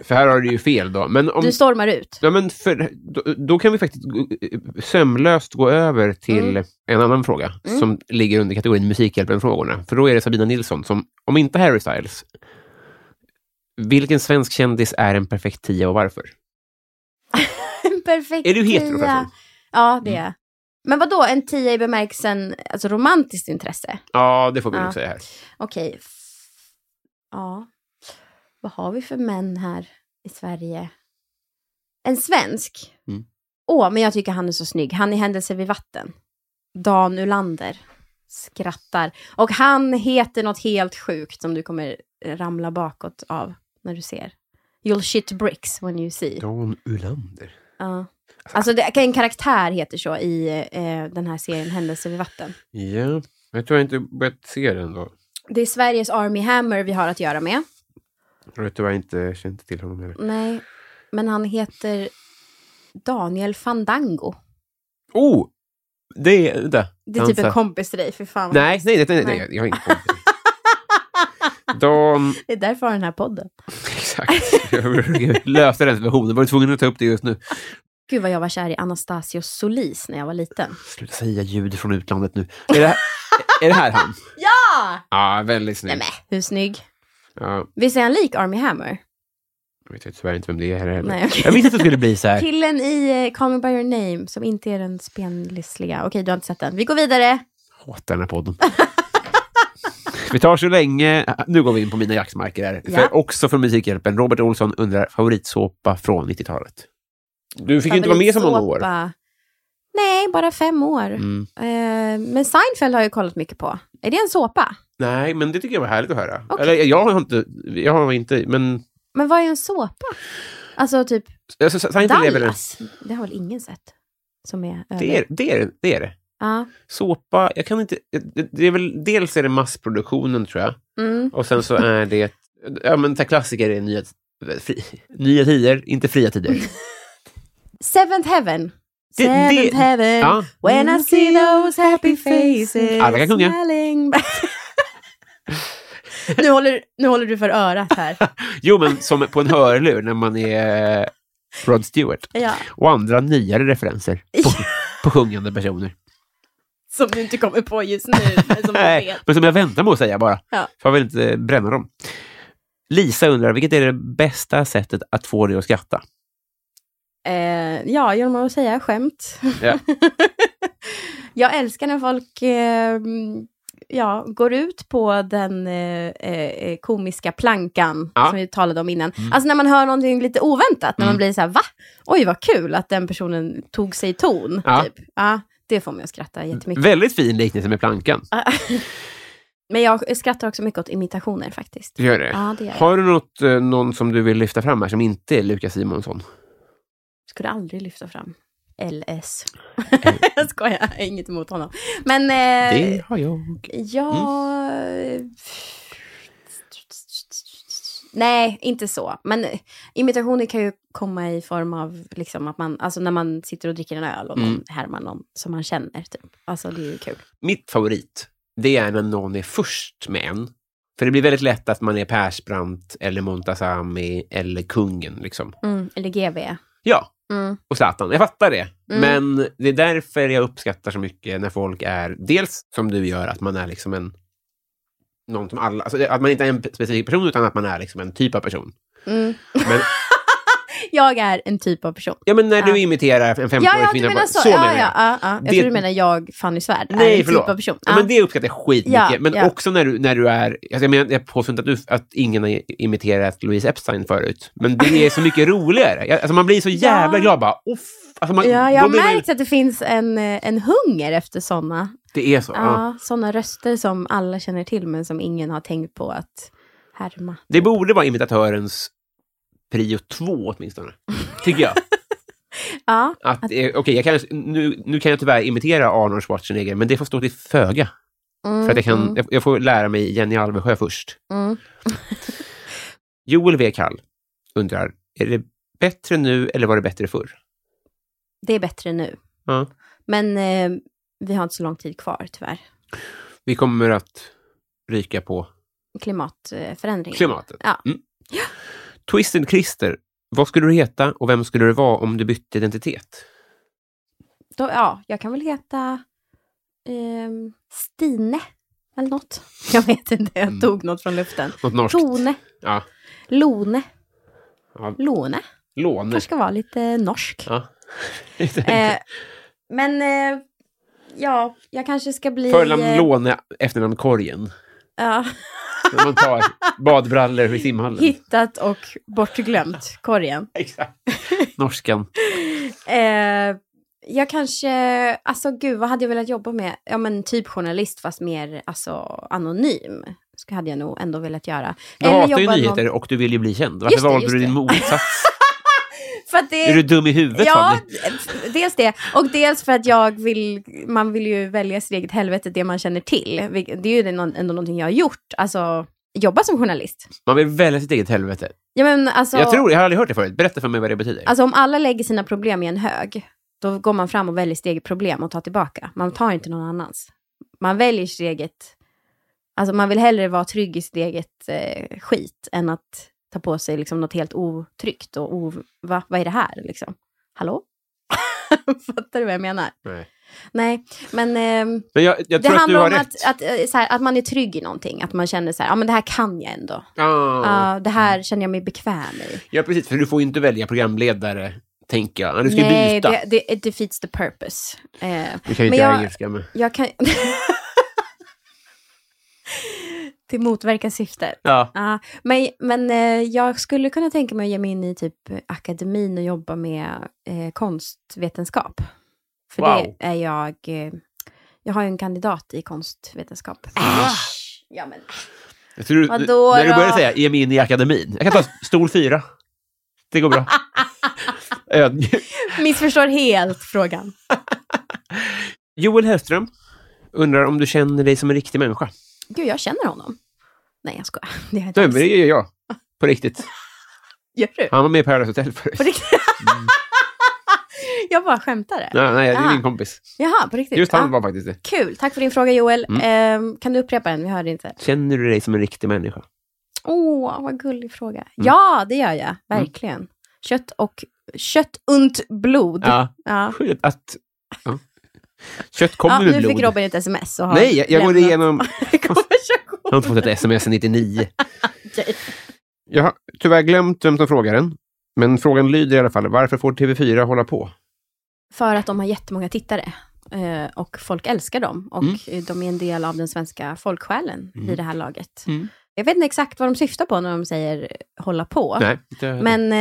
[SPEAKER 2] För här har du ju fel då. Men om,
[SPEAKER 6] Du stormar ut.
[SPEAKER 2] Ja, men för, då, då kan vi faktiskt gå- sömlöst gå över till
[SPEAKER 6] Mm.
[SPEAKER 2] en annan fråga
[SPEAKER 6] Mm.
[SPEAKER 2] som ligger under kategorin Musikhjälpen-frågorna. För då är det Sabina Nilsson som, om inte Harry Styles, vilken svensk kändis är en perfekt tia och varför?
[SPEAKER 6] En <laughs> perfekt
[SPEAKER 2] Är du hetero
[SPEAKER 6] tia.
[SPEAKER 2] förresten?
[SPEAKER 6] Ja, det är jag. Men vad då en tia i bemärkelsen alltså romantiskt intresse?
[SPEAKER 2] Ja, det får vi
[SPEAKER 6] Ja.
[SPEAKER 2] nog säga här.
[SPEAKER 6] Okej. F- Ja. Vad har vi för män här i Sverige? En svensk?
[SPEAKER 2] Mm.
[SPEAKER 6] Åh, men jag tycker han är så snygg. Han i Händelser vid vatten. Dan Ulander. Skrattar. Och han heter något helt sjukt som du kommer eh, ramla bakåt av när du ser. You'll shit bricks when you see.
[SPEAKER 2] Dan Ulander.
[SPEAKER 6] Ja. Alltså det, en karaktär heter så i eh, den här serien Händelser vid vatten.
[SPEAKER 2] Ja, jag tror jag inte börjat se den då.
[SPEAKER 6] Det är Sveriges Army Hammer vi har att göra med.
[SPEAKER 2] Jag har tyvärr inte känt till honom heller.
[SPEAKER 6] Nej, men han heter Daniel Fandango.
[SPEAKER 2] Oh! Det är, vänta.
[SPEAKER 5] Det är typ en
[SPEAKER 2] Dansa.
[SPEAKER 5] kompis till dig, för fan. vad
[SPEAKER 2] Nej,
[SPEAKER 5] hemskt.
[SPEAKER 2] nej, nej, nej, nej, jag har ingen kompis. De...
[SPEAKER 5] Det är därför jag har den här podden.
[SPEAKER 2] <laughs> Exakt. Jag löste den situationen. Jag var tvungen att ta upp det just nu.
[SPEAKER 5] Gud vad jag var kär i Anastasios Solis när jag var liten.
[SPEAKER 2] Sluta säga ljud från utlandet nu. Är det här, är det här han?
[SPEAKER 5] Ja!
[SPEAKER 2] Ja, väldigt snygg.
[SPEAKER 5] Nämen, hur snygg?
[SPEAKER 2] Ja,
[SPEAKER 5] Visst är han lik Army Hammer?
[SPEAKER 2] jag vet ju tyvärr inte vem det är heller.
[SPEAKER 5] Nej, okej.
[SPEAKER 2] Jag visste att det skulle bli så
[SPEAKER 5] <laughs>
[SPEAKER 2] här.
[SPEAKER 5] Killen i eh, Call Me By Your Name som inte är den spenlissliga. Okej, du har inte sett den. Vi går vidare.
[SPEAKER 2] hatar den här podden. Vi tar så länge, nu går vi in på mina jaktmarker här.
[SPEAKER 5] Ja.
[SPEAKER 2] För, också från Musikhjälpen, Robert Olsson undrar favoritsåpa från 90-talet. Du fick ju inte vara med så många år.
[SPEAKER 5] Favoritsåpa. Nej, bara fem år.
[SPEAKER 2] Mm.
[SPEAKER 5] Eh, men Seinfeld har jag kollat mycket på. Är det en såpa?
[SPEAKER 2] Nej, men det tycker jag var härligt att höra.
[SPEAKER 5] Okej.
[SPEAKER 2] Eller jag har inte, jag har inte, men
[SPEAKER 5] Men vad är en såpa? Alltså typ
[SPEAKER 2] alltså, Seinfeld är väl en,
[SPEAKER 5] Dallas? Det har väl ingen sett? Som är över.
[SPEAKER 2] det, är, det, är, det är det.
[SPEAKER 5] Ja.
[SPEAKER 2] Såpa, jag kan inte, det- det är väl, dels är det massproduktionen tror jag.
[SPEAKER 5] Mm.
[SPEAKER 2] Och sen så är det, ja men så här klassiker är nya, fri, nya tider, inte fria tider.
[SPEAKER 5] <laughs> Seventh Heaven.
[SPEAKER 2] Det-
[SPEAKER 5] Seventh
[SPEAKER 2] det-
[SPEAKER 5] Heaven.
[SPEAKER 2] Ja. Mm.
[SPEAKER 5] When I see those happy faces.
[SPEAKER 2] Alla kan sjunga. <laughs>
[SPEAKER 5] smiling back. nu, håller, nu håller du för örat
[SPEAKER 2] <laughs>
[SPEAKER 5] här.
[SPEAKER 2] Jo, men som på en hörlur när man är Rod Stewart.
[SPEAKER 5] Ja.
[SPEAKER 2] Och andra nyare referenser på, på sjungande personer.
[SPEAKER 5] Som du inte kommer på just nu. Men som du
[SPEAKER 2] Nej,
[SPEAKER 5] vet.
[SPEAKER 2] men som jag väntar med att säga bara.
[SPEAKER 5] Ja.
[SPEAKER 2] För jag vill inte eh, bränna dem. Lisa undrar, vilket är det bästa sättet att få dig att skratta?
[SPEAKER 5] Eh, ja, genom att säga skämt.
[SPEAKER 2] Ja.
[SPEAKER 5] <laughs> jag älskar när folk eh, mm, ja, går ut på den eh, eh, komiska plankan
[SPEAKER 2] Ja. Mm.
[SPEAKER 5] som vi talade om innan. Alltså när man hör någonting lite oväntat, när man blir så här va? Oj vad kul att den personen tog sig ton.
[SPEAKER 2] Ja.
[SPEAKER 5] Typ. Ja, det får mig att skratta jättemycket.
[SPEAKER 2] Väldigt fin liknelse med plankan.
[SPEAKER 5] Men jag skrattar också mycket åt imitationer faktiskt.
[SPEAKER 2] Gör det.
[SPEAKER 5] Ja, det gör jag.
[SPEAKER 2] Har du något, eh, någon som du vill lyfta fram här som inte är Lukas Simonsson?
[SPEAKER 5] Eh, Skulle aldrig lyfta fram. LS. <laughs> jag skojar, jag har inget emot honom. Men... eh,
[SPEAKER 2] Det har jag.
[SPEAKER 5] Ja...
[SPEAKER 2] Mm.
[SPEAKER 5] Nej, inte så. Men eh, imitationer kan ju komma i form av liksom att man, alltså när man sitter och dricker en öl och någon
[SPEAKER 2] Mm.
[SPEAKER 5] härmar någon som man känner. Typ. Alltså det är ju kul.
[SPEAKER 2] Mitt favorit, det är när någon är först med en. För det blir väldigt lätt att man är Persbrandt eller Montazami eller kungen. Liksom.
[SPEAKER 5] Eller GV.
[SPEAKER 2] Ja,
[SPEAKER 5] Mm.
[SPEAKER 2] och Zlatan. Jag fattar det.
[SPEAKER 5] Mm.
[SPEAKER 2] Men det är därför jag uppskattar så mycket när folk är, dels som du gör, att man är liksom en... Någon som alla, alltså att man inte är en specifik person, utan att man är liksom en typ av person.
[SPEAKER 5] Mm.
[SPEAKER 2] Men,
[SPEAKER 5] Jag är en typ av person.
[SPEAKER 2] ja, men när
[SPEAKER 5] Ja.
[SPEAKER 2] du imiterar en 15-årig
[SPEAKER 5] Ja, ja, du
[SPEAKER 2] kvinna...
[SPEAKER 5] menar
[SPEAKER 2] bara-
[SPEAKER 5] så.
[SPEAKER 2] så
[SPEAKER 5] ja,
[SPEAKER 2] menar
[SPEAKER 5] ja,
[SPEAKER 2] jag.
[SPEAKER 5] ja, ja. Jag
[SPEAKER 2] Det-
[SPEAKER 5] tror du menar jag, Fanny Svärd, är
[SPEAKER 2] Nej,
[SPEAKER 5] en
[SPEAKER 2] förlåt.
[SPEAKER 5] typ av person.
[SPEAKER 2] Ja, men det uppskattar jag skitmycket.
[SPEAKER 5] Ja,
[SPEAKER 2] men
[SPEAKER 5] ja.
[SPEAKER 2] också när du, när du är... Alltså jag, menar, jag påstår inte att, du, att ingen har imiterat Louise Epstein förut, men det är så mycket <laughs> roligare. Jag, alltså man blir så jävla glad bara. Uff, alltså man,
[SPEAKER 5] ja,
[SPEAKER 2] då
[SPEAKER 5] jag har
[SPEAKER 2] blir man-
[SPEAKER 5] märkt att det finns en, eh, en hunger efter sådana
[SPEAKER 2] Det är så. ja.
[SPEAKER 5] Ja, sådana röster som alla känner till men som ingen har tänkt på att härma.
[SPEAKER 2] Det borde vara imitatörens prio två
[SPEAKER 5] <laughs>
[SPEAKER 2] åtminstone, tycker jag.
[SPEAKER 5] Ja,
[SPEAKER 2] Att, eh, okej, jag kan, nu, nu kan jag tyvärr imitera Arnold Schwarzenegger, men det får stå till föga.
[SPEAKER 5] mm,
[SPEAKER 2] För att jag, kan,
[SPEAKER 5] mm,
[SPEAKER 2] jag, jag får lära mig Jenny Alvesjö först.
[SPEAKER 5] mm.
[SPEAKER 2] <laughs> Joel W. Kall undrar, är det bättre nu eller var det bättre förr?
[SPEAKER 5] Det är bättre nu.
[SPEAKER 2] Ja.
[SPEAKER 5] Men eh, vi har inte så lång tid kvar tyvärr.
[SPEAKER 2] Vi kommer att ryka på
[SPEAKER 5] Klimatförändringar.
[SPEAKER 2] klimatet.
[SPEAKER 5] Ja.
[SPEAKER 2] Mm. Twisted Christer, vad skulle du heta och vem skulle du vara om du bytte identitet?
[SPEAKER 5] Då, ja, jag kan väl heta ehm, Stine eller något. <laughs> Jag vet inte,
[SPEAKER 2] Mm.
[SPEAKER 5] jag tog något
[SPEAKER 2] <laughs>
[SPEAKER 5] från luften.
[SPEAKER 2] Något norskt?
[SPEAKER 5] Tone,
[SPEAKER 2] Ja.
[SPEAKER 5] Lone,
[SPEAKER 2] ja.
[SPEAKER 5] Lone.
[SPEAKER 2] Låne?
[SPEAKER 5] Kanske ska vara lite norsk.
[SPEAKER 2] Ja. <laughs>
[SPEAKER 5] Eh, men eh, ja, jag kanske ska bli...
[SPEAKER 2] Förnamn
[SPEAKER 5] eh,
[SPEAKER 2] Låne, efternamn Korgen.
[SPEAKER 5] Ja. <laughs>
[SPEAKER 2] När man tar badbrallor i simhallen.
[SPEAKER 5] Hittat och bortglömt korgen.
[SPEAKER 2] Exakt. Norskan.
[SPEAKER 5] Eh, jag kanske, alltså gud vad hade jag velat jobba med? Ja men typ journalist fast mer alltså, anonym. Så hade jag nog ändå velat göra.
[SPEAKER 2] Du hatar ju
[SPEAKER 5] jobba
[SPEAKER 2] nyheter
[SPEAKER 5] någon-
[SPEAKER 2] och du vill ju bli känd. Varför
[SPEAKER 5] Just det,
[SPEAKER 2] valde
[SPEAKER 5] just
[SPEAKER 2] du din
[SPEAKER 5] det. <laughs>
[SPEAKER 2] motsats?
[SPEAKER 5] För att det...
[SPEAKER 2] Är du dum i huvudet,
[SPEAKER 5] Ja,
[SPEAKER 2] Fanny?
[SPEAKER 5] dels det. Och dels för att jag vill, man vill ju välja sitt eget helvete, det man känner till. Vilket- Det är ju det någon- ändå någonting jag har gjort, alltså jobba som journalist.
[SPEAKER 2] Man vill välja sitt eget helvete.
[SPEAKER 5] Ja, men, alltså,
[SPEAKER 2] Jag tror, jag har aldrig hört det förut. Berätta för mig vad det betyder.
[SPEAKER 5] Alltså om alla lägger sina problem i en hög Då går man fram och väljer sitt eget problem och tar tillbaka. Man tar inte någon annans. Man väljer sitt eget... Alltså man vill hellre vara trygg i sitt eget eh, skit än att ta på sig liksom något helt otryggt och o, va, vad är det här liksom? Hallå? <laughs> Fattar du vad jag menar?
[SPEAKER 2] Nej.
[SPEAKER 5] Nej, men... ehm,
[SPEAKER 2] Men jag, jag
[SPEAKER 5] det
[SPEAKER 2] tror att du
[SPEAKER 5] handlar
[SPEAKER 2] har
[SPEAKER 5] om
[SPEAKER 2] rätt.
[SPEAKER 5] att, att, eh, så här, att man är trygg i någonting. Att man känner så här, ja men det här kan jag ändå.
[SPEAKER 2] Ah.
[SPEAKER 5] Ja, det här känner jag mig bekväm i.
[SPEAKER 2] Ja, precis. För du får ju inte välja programledare, tänker jag. Du ska ju
[SPEAKER 5] Nej,
[SPEAKER 2] byta.
[SPEAKER 5] det, det it defeats the purpose. Eh,
[SPEAKER 2] Du kan ju
[SPEAKER 5] men
[SPEAKER 2] inte
[SPEAKER 5] jag-
[SPEAKER 2] engelska, men...
[SPEAKER 5] Jag <laughs> kan... det motverkar syftet.
[SPEAKER 2] Ja.
[SPEAKER 5] Ja, men men eh, jag skulle kunna tänka mig att ge mig in i typ akademin och jobba med eh, konstvetenskap. För
[SPEAKER 2] Wow.
[SPEAKER 5] det är jag... Eh, jag har ju en kandidat i konstvetenskap.
[SPEAKER 2] Ah!
[SPEAKER 5] Ja, men
[SPEAKER 2] Jag tror du,
[SPEAKER 5] Vadå
[SPEAKER 2] när du
[SPEAKER 5] då?
[SPEAKER 2] började säga ge mig in i akademin. Jag
[SPEAKER 5] <laughs>
[SPEAKER 2] kan ta stol fyra. Det går bra. Ödmjuk.
[SPEAKER 5] missförstår helt frågan.
[SPEAKER 2] Joel Hellström undrar om du känner dig som en riktig människa.
[SPEAKER 5] Gud, jag känner honom. Nej, jag skojar. <laughs> Det är
[SPEAKER 2] Nej, men det gör jag. På riktigt.
[SPEAKER 5] <laughs> Gör du?
[SPEAKER 2] Han var med i Paradise Hotel förut.
[SPEAKER 5] På riktigt? jag bara skämtade.
[SPEAKER 2] Nej, nej, det är
[SPEAKER 5] Ah.
[SPEAKER 2] min kompis.
[SPEAKER 5] Jaha, på riktigt?
[SPEAKER 2] Just
[SPEAKER 5] Ja.
[SPEAKER 2] han var Mm. faktiskt det.
[SPEAKER 5] Kul, tack för din fråga Joel. Ehm, kan du upprepa den? Vi hörde inte.
[SPEAKER 2] Känner du dig som en riktig människa?
[SPEAKER 5] Åh, vad gullig fråga.
[SPEAKER 2] Mm.
[SPEAKER 5] Ja, det gör jag. Verkligen. Kött och... Kött und blod.
[SPEAKER 2] Ja.
[SPEAKER 5] Ja.
[SPEAKER 2] Skönt Att... Ja. Kött
[SPEAKER 5] Ja,
[SPEAKER 2] kommer
[SPEAKER 5] Ah, nu
[SPEAKER 2] med blod.
[SPEAKER 5] fick Robin ett sms och har
[SPEAKER 2] Nej, jag, jag går
[SPEAKER 5] lämnat- <laughs>
[SPEAKER 2] igenom...
[SPEAKER 5] konversation.
[SPEAKER 2] Jag har inte fått ett sms sedan 99.
[SPEAKER 5] <laughs> Okej.
[SPEAKER 2] Jag har tyvärr glömt vem som frågar den. Men frågan lyder i alla fall, varför får TV4 hålla på?
[SPEAKER 5] För att de har jättemånga tittare. eh, Och folk älskar dem. Och
[SPEAKER 2] Mm.
[SPEAKER 5] eh, de är en del av den svenska folksjälen i det här laget.
[SPEAKER 2] Mm.
[SPEAKER 5] Jag vet inte exakt vad de syftar på när de säger eh, hålla på.
[SPEAKER 2] Nej, inte-
[SPEAKER 5] Men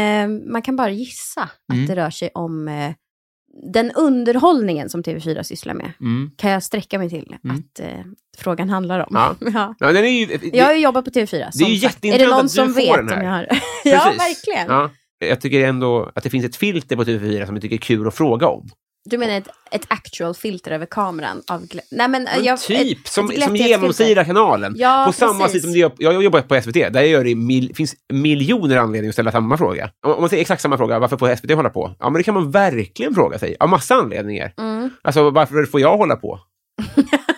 [SPEAKER 5] eh, man kan bara gissa att
[SPEAKER 2] Mm.
[SPEAKER 5] det rör sig om eh, den underhållningen som TV4 sysslar med.
[SPEAKER 2] Mm.
[SPEAKER 5] Kan jag sträcka mig till
[SPEAKER 2] Mm.
[SPEAKER 5] att eh, frågan handlar om.
[SPEAKER 2] Ja.
[SPEAKER 5] <laughs> Ja.
[SPEAKER 2] Ja, den är ju... det-
[SPEAKER 5] Jag har ju jobbat på TV4.
[SPEAKER 2] det är ju
[SPEAKER 5] som sagt.
[SPEAKER 2] jätteintressant
[SPEAKER 5] Är det någon
[SPEAKER 2] att du
[SPEAKER 5] som
[SPEAKER 2] får
[SPEAKER 5] vet
[SPEAKER 2] den här.
[SPEAKER 5] om jag har... <laughs> ja,
[SPEAKER 2] Precis.
[SPEAKER 5] verkligen.
[SPEAKER 2] Ja. Jag tycker ändå att det finns ett filter på TV4 som jag tycker är kul att fråga om.
[SPEAKER 5] Du menar ett, ett actual filter över kameran? Av glä... Nej, men, eh,
[SPEAKER 2] Men
[SPEAKER 5] jag,
[SPEAKER 2] typ,
[SPEAKER 5] ett,
[SPEAKER 2] som,
[SPEAKER 5] ett
[SPEAKER 2] som
[SPEAKER 5] glättighetsfilter.
[SPEAKER 2] genomsyrar kanalen.
[SPEAKER 5] Ja,
[SPEAKER 2] på samma
[SPEAKER 5] precis.
[SPEAKER 2] sätt som det gör, jag jobbar på SVT, där gör det mil, finns miljoner anledningar att ställa samma fråga. Om, om man säger exakt samma fråga, varför får SVT hålla på? Ja, men det kan man verkligen fråga sig, av massa anledningar. Alltså, varför får jag hålla
[SPEAKER 5] <laughs>
[SPEAKER 2] på?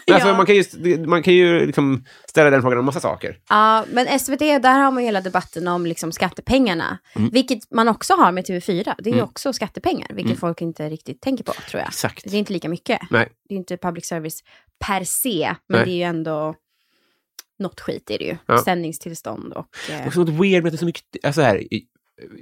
[SPEAKER 2] Men alltså,
[SPEAKER 5] Mm. Ja.
[SPEAKER 2] man kan ju, man kan ju liksom ställa den frågan om massa saker.
[SPEAKER 5] Ja, men SVT, där har man ju hela debatten om liksom skattepengarna.
[SPEAKER 2] Mm.
[SPEAKER 5] Vilket man också har med TV4. Det är ju också skattepengar, vilket folk inte riktigt tänker på, tror jag.
[SPEAKER 2] Exakt.
[SPEAKER 5] Det är inte lika mycket.
[SPEAKER 2] Mm. Nej.
[SPEAKER 5] Det är inte public service per se, men
[SPEAKER 2] Nej.
[SPEAKER 5] det är ju ändå... Något skit är det ju.
[SPEAKER 2] Ja.
[SPEAKER 5] Sändningstillstånd och...
[SPEAKER 2] Det
[SPEAKER 5] Eh,
[SPEAKER 2] är också något weird med att det är så mycket... Alltså här,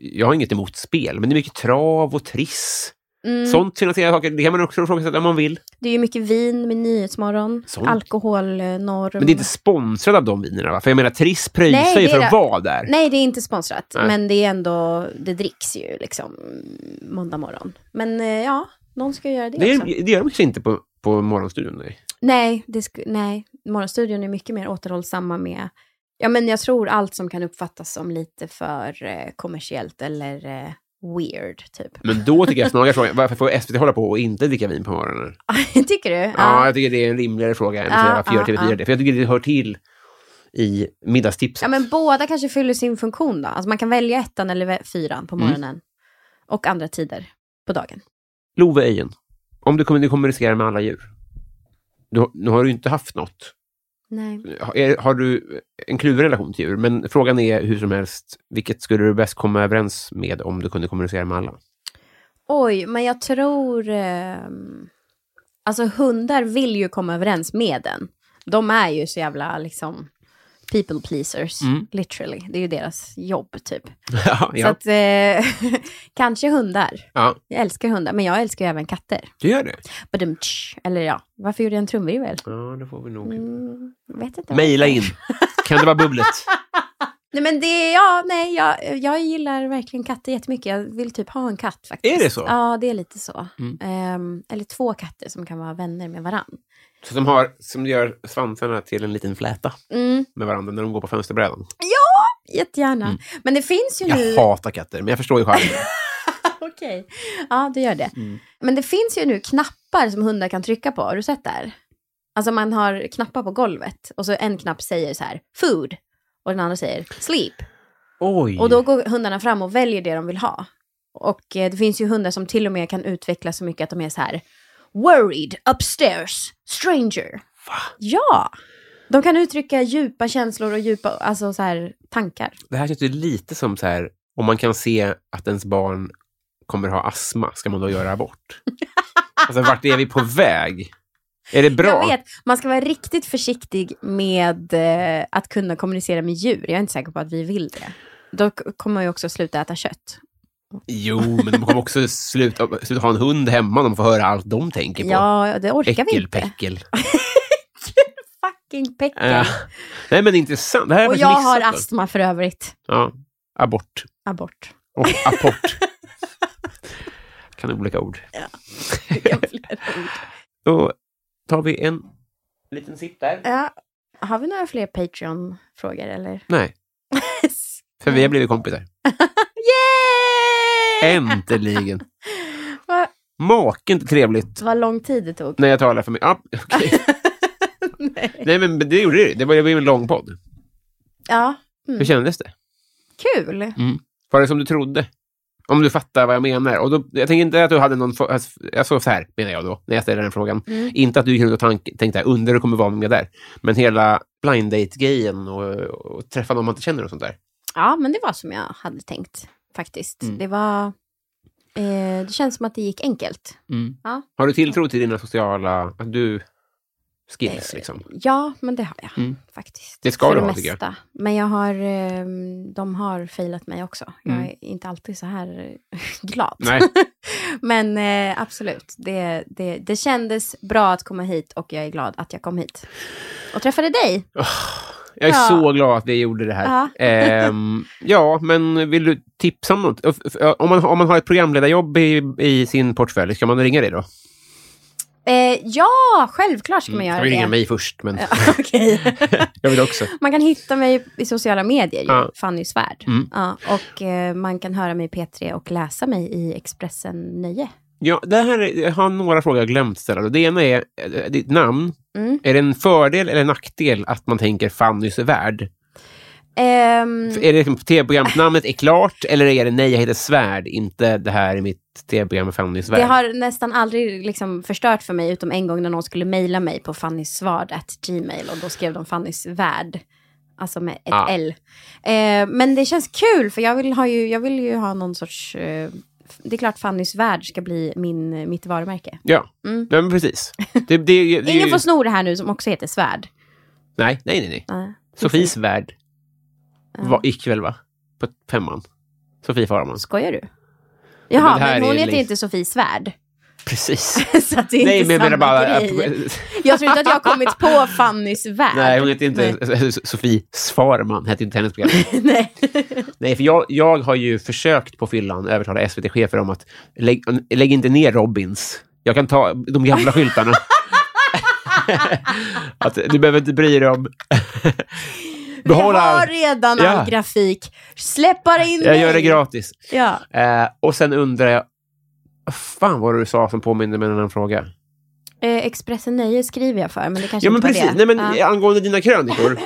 [SPEAKER 2] jag har inget emot spel, men det är mycket trav och triss.
[SPEAKER 5] Mm.
[SPEAKER 2] Sånt finansierade saker, det kan man också fråga sig om man vill.
[SPEAKER 5] det är ju mycket vin med Nyhetsmorgon,
[SPEAKER 2] Sånt.
[SPEAKER 5] alkoholnorm.
[SPEAKER 2] Men det är inte sponsrat av de vinerna, va? För jag menar, Triss
[SPEAKER 5] Nej,
[SPEAKER 2] pröjsar ju
[SPEAKER 5] det
[SPEAKER 2] för
[SPEAKER 5] är
[SPEAKER 2] att
[SPEAKER 5] det.
[SPEAKER 2] vara där.
[SPEAKER 5] Nej, det är inte sponsrat.
[SPEAKER 2] Nej.
[SPEAKER 5] Men det är ändå, det dricks ju liksom mm, måndag morgon. Men eh, ja, någon ska ju göra det,
[SPEAKER 2] Det,
[SPEAKER 5] också.
[SPEAKER 2] är, det gör de kanske inte på, på Morgonstudion. Nej.
[SPEAKER 5] Nej, det sku, nej, morgonstudion är mycket mer återhållsamma med... Ja, men jag tror allt som kan uppfattas som lite för eh, kommersiellt eller eh, weird, typ. <laughs>
[SPEAKER 2] Men då tycker jag snarare frågan, varför får SVT hålla på och inte dricka vin på morgonen?
[SPEAKER 5] Tycker du? Ja.
[SPEAKER 2] Ja, jag tycker det är en rimligare fråga än att
[SPEAKER 5] Ja,
[SPEAKER 2] säga varför gör
[SPEAKER 5] ja,
[SPEAKER 2] TV4
[SPEAKER 5] ja.
[SPEAKER 2] det? För jag tycker det hör till i middagstipset.
[SPEAKER 5] Ja, men båda kanske fyller sin funktion då. Alltså man kan välja ettan eller vä- fyran på
[SPEAKER 2] Mm.
[SPEAKER 5] morgonen. Och andra tider på dagen.
[SPEAKER 2] Love Öjen, om du, kommer, du kommunicerar med alla djur, du, nu har du ju inte haft något.
[SPEAKER 5] Nej.
[SPEAKER 2] Har- Är, har du en kluven relation till djur? Men frågan är hur som helst, vilket skulle du bäst komma överens med om du kunde kommunicera med alla? <laughs>
[SPEAKER 5] Oj, men jag tror... ehm, alltså hundar vill ju komma överens med den. De är ju så jävla liksom people pleasers,
[SPEAKER 2] Mm.
[SPEAKER 5] literally. Det är ju deras jobb typ.
[SPEAKER 2] ja,
[SPEAKER 5] Så
[SPEAKER 2] ja.
[SPEAKER 5] att eh, <laughs> kanske hundar.
[SPEAKER 2] ja,
[SPEAKER 5] Jag älskar hundar, men jag älskar ju även katter.
[SPEAKER 2] du gör det?
[SPEAKER 5] Badum, tsch. Eller ja, varför gjorde jag en trumvirvel?
[SPEAKER 2] Ja, det får vi nog.
[SPEAKER 5] Mm, vet inte.
[SPEAKER 2] Maila in. Kan det vara bubblet?
[SPEAKER 5] Nej, men det, ja, nej, jag, jag gillar verkligen katter jättemycket. Jag vill typ ha en katt faktiskt.
[SPEAKER 2] Är det så?
[SPEAKER 5] Ja, det är lite så.
[SPEAKER 2] Mm.
[SPEAKER 5] Ehm, eller två katter som kan vara vänner med varann.
[SPEAKER 2] Så de har, <laughs> som gör svansarna till en liten fläta
[SPEAKER 5] Mm,
[SPEAKER 2] med varandra när de går på
[SPEAKER 6] Mm.
[SPEAKER 2] fönsterbrädan.
[SPEAKER 5] jättegärna.
[SPEAKER 2] Mm.
[SPEAKER 5] Men det finns ju nu...
[SPEAKER 2] Jag hatar katter, men jag förstår ju charmen.
[SPEAKER 5] <laughs> Okej. Ja, du gör det.
[SPEAKER 2] Mm.
[SPEAKER 5] Men det finns ju nu knappar som hundar kan trycka på. Har du sett där? Alltså man har knappar på golvet och så en knapp säger så här food och den andra säger sleep.
[SPEAKER 2] <laughs> Oj!
[SPEAKER 5] Och då går hundarna fram och väljer det de vill ha.
[SPEAKER 6] Och eh, det finns ju hundar som till och med kan utvecklas så mycket att de är så här worried, upstairs, stranger. Ja! De kan uttrycka djupa känslor och djupa alltså så här, tankar.
[SPEAKER 2] Det här känns ju lite som så här, om man kan se att ens barn kommer ha astma, ska man då göra
[SPEAKER 6] <laughs>
[SPEAKER 2] abort? alltså, vart är vi på väg? Är det bra?
[SPEAKER 6] Jag vet, man ska vara riktigt försiktig med eh, att kunna kommunicera med djur. Jag är inte säker på att vi vill det. Då k- kommer man ju också sluta äta kött.
[SPEAKER 2] Jo, men de kommer också sluta, sluta ha en hund hemma om de får höra allt de tänker på.
[SPEAKER 6] Ja, det orkar vi inte.
[SPEAKER 2] Äckelpäckel.
[SPEAKER 6] Fucking peckel. <laughs>
[SPEAKER 2] Ja. Nej, men intressant. Det här
[SPEAKER 6] Och
[SPEAKER 2] Äh, faktiskt
[SPEAKER 6] jag har
[SPEAKER 2] missat då.
[SPEAKER 6] astma för övrigt.
[SPEAKER 2] Ja, abort
[SPEAKER 6] Abort.
[SPEAKER 2] och apport. <laughs> kan olika ord. <laughs> Då tar vi en liten sipp där.
[SPEAKER 6] Ja. Har vi några fler Patreon-frågor eller?
[SPEAKER 2] Nej, för vi har blivit kompisar.
[SPEAKER 6] <laughs> Yay! <laughs>
[SPEAKER 2] Äntligen.
[SPEAKER 6] Vad,
[SPEAKER 2] Maken till trevligt
[SPEAKER 6] vad lång tid det tog.
[SPEAKER 2] när jag talar för mig. Ja, okej.
[SPEAKER 6] <laughs>
[SPEAKER 2] Nej, men det gjorde det. Det var det blev en lång podd.
[SPEAKER 6] Ja,
[SPEAKER 2] Hur kändes det?
[SPEAKER 6] kul.
[SPEAKER 2] Var det som du trodde? Om du fattar vad jag menar. Och då, jag tänker inte att du hade någon... fo- alltså, Alltså, så här menar jag då, när jag ställer den frågan.
[SPEAKER 6] Mm.
[SPEAKER 2] Inte att du gick runt och tank, tänkte under det kommer vara med där. Men hela blind date-grejen och, och träffa någon man inte känner och sånt där.
[SPEAKER 6] Ja, men det var som jag hade tänkt faktiskt.
[SPEAKER 2] Mm.
[SPEAKER 6] Det var... Eh, det känns som att det gick enkelt. Ja.
[SPEAKER 2] Har du tilltro till dina sociala... Att du...
[SPEAKER 6] Eh.
[SPEAKER 2] Skills, liksom.
[SPEAKER 6] Ja, men det har jag
[SPEAKER 2] Mm.
[SPEAKER 6] faktiskt.
[SPEAKER 2] Det ska
[SPEAKER 6] För
[SPEAKER 2] du
[SPEAKER 6] det
[SPEAKER 2] ha, tycker jag.
[SPEAKER 6] mesta. Men jag har, ehm, de har failat mig också. Jag
[SPEAKER 2] Mm.
[SPEAKER 6] är inte alltid så här eh, <laughs> glad.
[SPEAKER 2] Nej.
[SPEAKER 6] men eh, absolut, det, det, det kändes bra att komma hit och jag är glad att jag kom hit. Och träffade dig.
[SPEAKER 2] Jag är
[SPEAKER 6] <laughs> Ja.
[SPEAKER 2] så glad att vi gjorde det här.
[SPEAKER 6] Ja.
[SPEAKER 2] <laughs> Ehm, ja, men vill du tipsa om något? F- f- Om man, om man har ett programledarjobb i, i sin portfölj, ska man ringa dig då?
[SPEAKER 6] Eh, ja, självklart ska man
[SPEAKER 2] Jag
[SPEAKER 6] göra
[SPEAKER 2] vill Mm, ringa
[SPEAKER 6] det.
[SPEAKER 2] mig först, men
[SPEAKER 6] Ja, <laughs> Okej.
[SPEAKER 2] jag vill också.
[SPEAKER 6] Man kan hitta mig i sociala medier, ju,
[SPEAKER 2] Ja.
[SPEAKER 6] Fanny Svärd.
[SPEAKER 2] Mm.
[SPEAKER 6] Ja, och eh, man kan höra mig i P3 och läsa mig i Expressen Nöje.
[SPEAKER 2] Ja, det här är, jag har några frågor jag glömt ställa. Det ena är eh, ditt namn.
[SPEAKER 6] Mm.
[SPEAKER 2] Är det en fördel eller en nackdel att man tänker Fannys värld?
[SPEAKER 6] Ehm,
[SPEAKER 2] Är det liksom tv-programnamnet är klart eller är det nej, jag heter Svärd, inte det här är mitt tv-program Fannys värld?
[SPEAKER 6] det har nästan aldrig liksom förstört för mig, utom en gång när någon skulle mejla mig på fannysvard.gmail och då skrev de Fannys värld. Alltså med ett
[SPEAKER 2] Ah.
[SPEAKER 6] L. Eh, men det känns kul, för jag vill, ha ju, jag vill ju ha någon sorts... Eh, f- det är klart Fannys värld ska bli min, mitt varumärke.
[SPEAKER 2] Ja,
[SPEAKER 6] Mm.
[SPEAKER 2] ja men precis. Det, det, det, det,
[SPEAKER 6] Ingen får sno det här nu som också heter Svärd.
[SPEAKER 2] Nej, nej, nej. nej.
[SPEAKER 6] Nej.
[SPEAKER 2] Sofies värld
[SPEAKER 6] Ja.
[SPEAKER 2] var, gick väl, va? På femman. Sofie
[SPEAKER 6] <laughs>
[SPEAKER 2] Farman.
[SPEAKER 6] Skojar du?
[SPEAKER 2] men
[SPEAKER 6] Jaha,
[SPEAKER 2] det här
[SPEAKER 6] men, hon
[SPEAKER 2] är
[SPEAKER 6] heter
[SPEAKER 2] liv-
[SPEAKER 6] inte Sofie Svärd. <laughs>
[SPEAKER 2] Precis.
[SPEAKER 6] så att det är
[SPEAKER 2] nej,
[SPEAKER 6] inte
[SPEAKER 2] men jag
[SPEAKER 6] samma
[SPEAKER 2] menar bara...
[SPEAKER 6] grej.
[SPEAKER 2] <laughs>
[SPEAKER 6] Jag tror inte att jag har kommit på Fannys Värld.
[SPEAKER 2] Nej, hon heter inte... Sofie Svarman hette inte hennes program.
[SPEAKER 6] Nej.
[SPEAKER 2] Nej, för jag, jag har ju försökt på fyllan övertala SVT-chefer om att lägg, lägg inte ner Robins. Jag kan ta de gamla skyltarna. att du behöver inte bry dig om...
[SPEAKER 6] Vi
[SPEAKER 2] Behåll
[SPEAKER 6] har
[SPEAKER 2] allt.
[SPEAKER 6] redan
[SPEAKER 2] Ja.
[SPEAKER 6] all grafik. Släpp bara in
[SPEAKER 2] Jag
[SPEAKER 6] mig.
[SPEAKER 2] gör det gratis.
[SPEAKER 6] Ja.
[SPEAKER 2] Eh, och sen undrar jag... Fan vad du sa som påminner mig om en annan fråga.
[SPEAKER 6] Eh, Expressen Nöje skriver jag för, men det kanske
[SPEAKER 2] Ja, men
[SPEAKER 6] inte var
[SPEAKER 2] precis.
[SPEAKER 6] det.
[SPEAKER 2] Nej, men eh,
[SPEAKER 6] Ja. Mm.
[SPEAKER 2] Angående dina krönikor.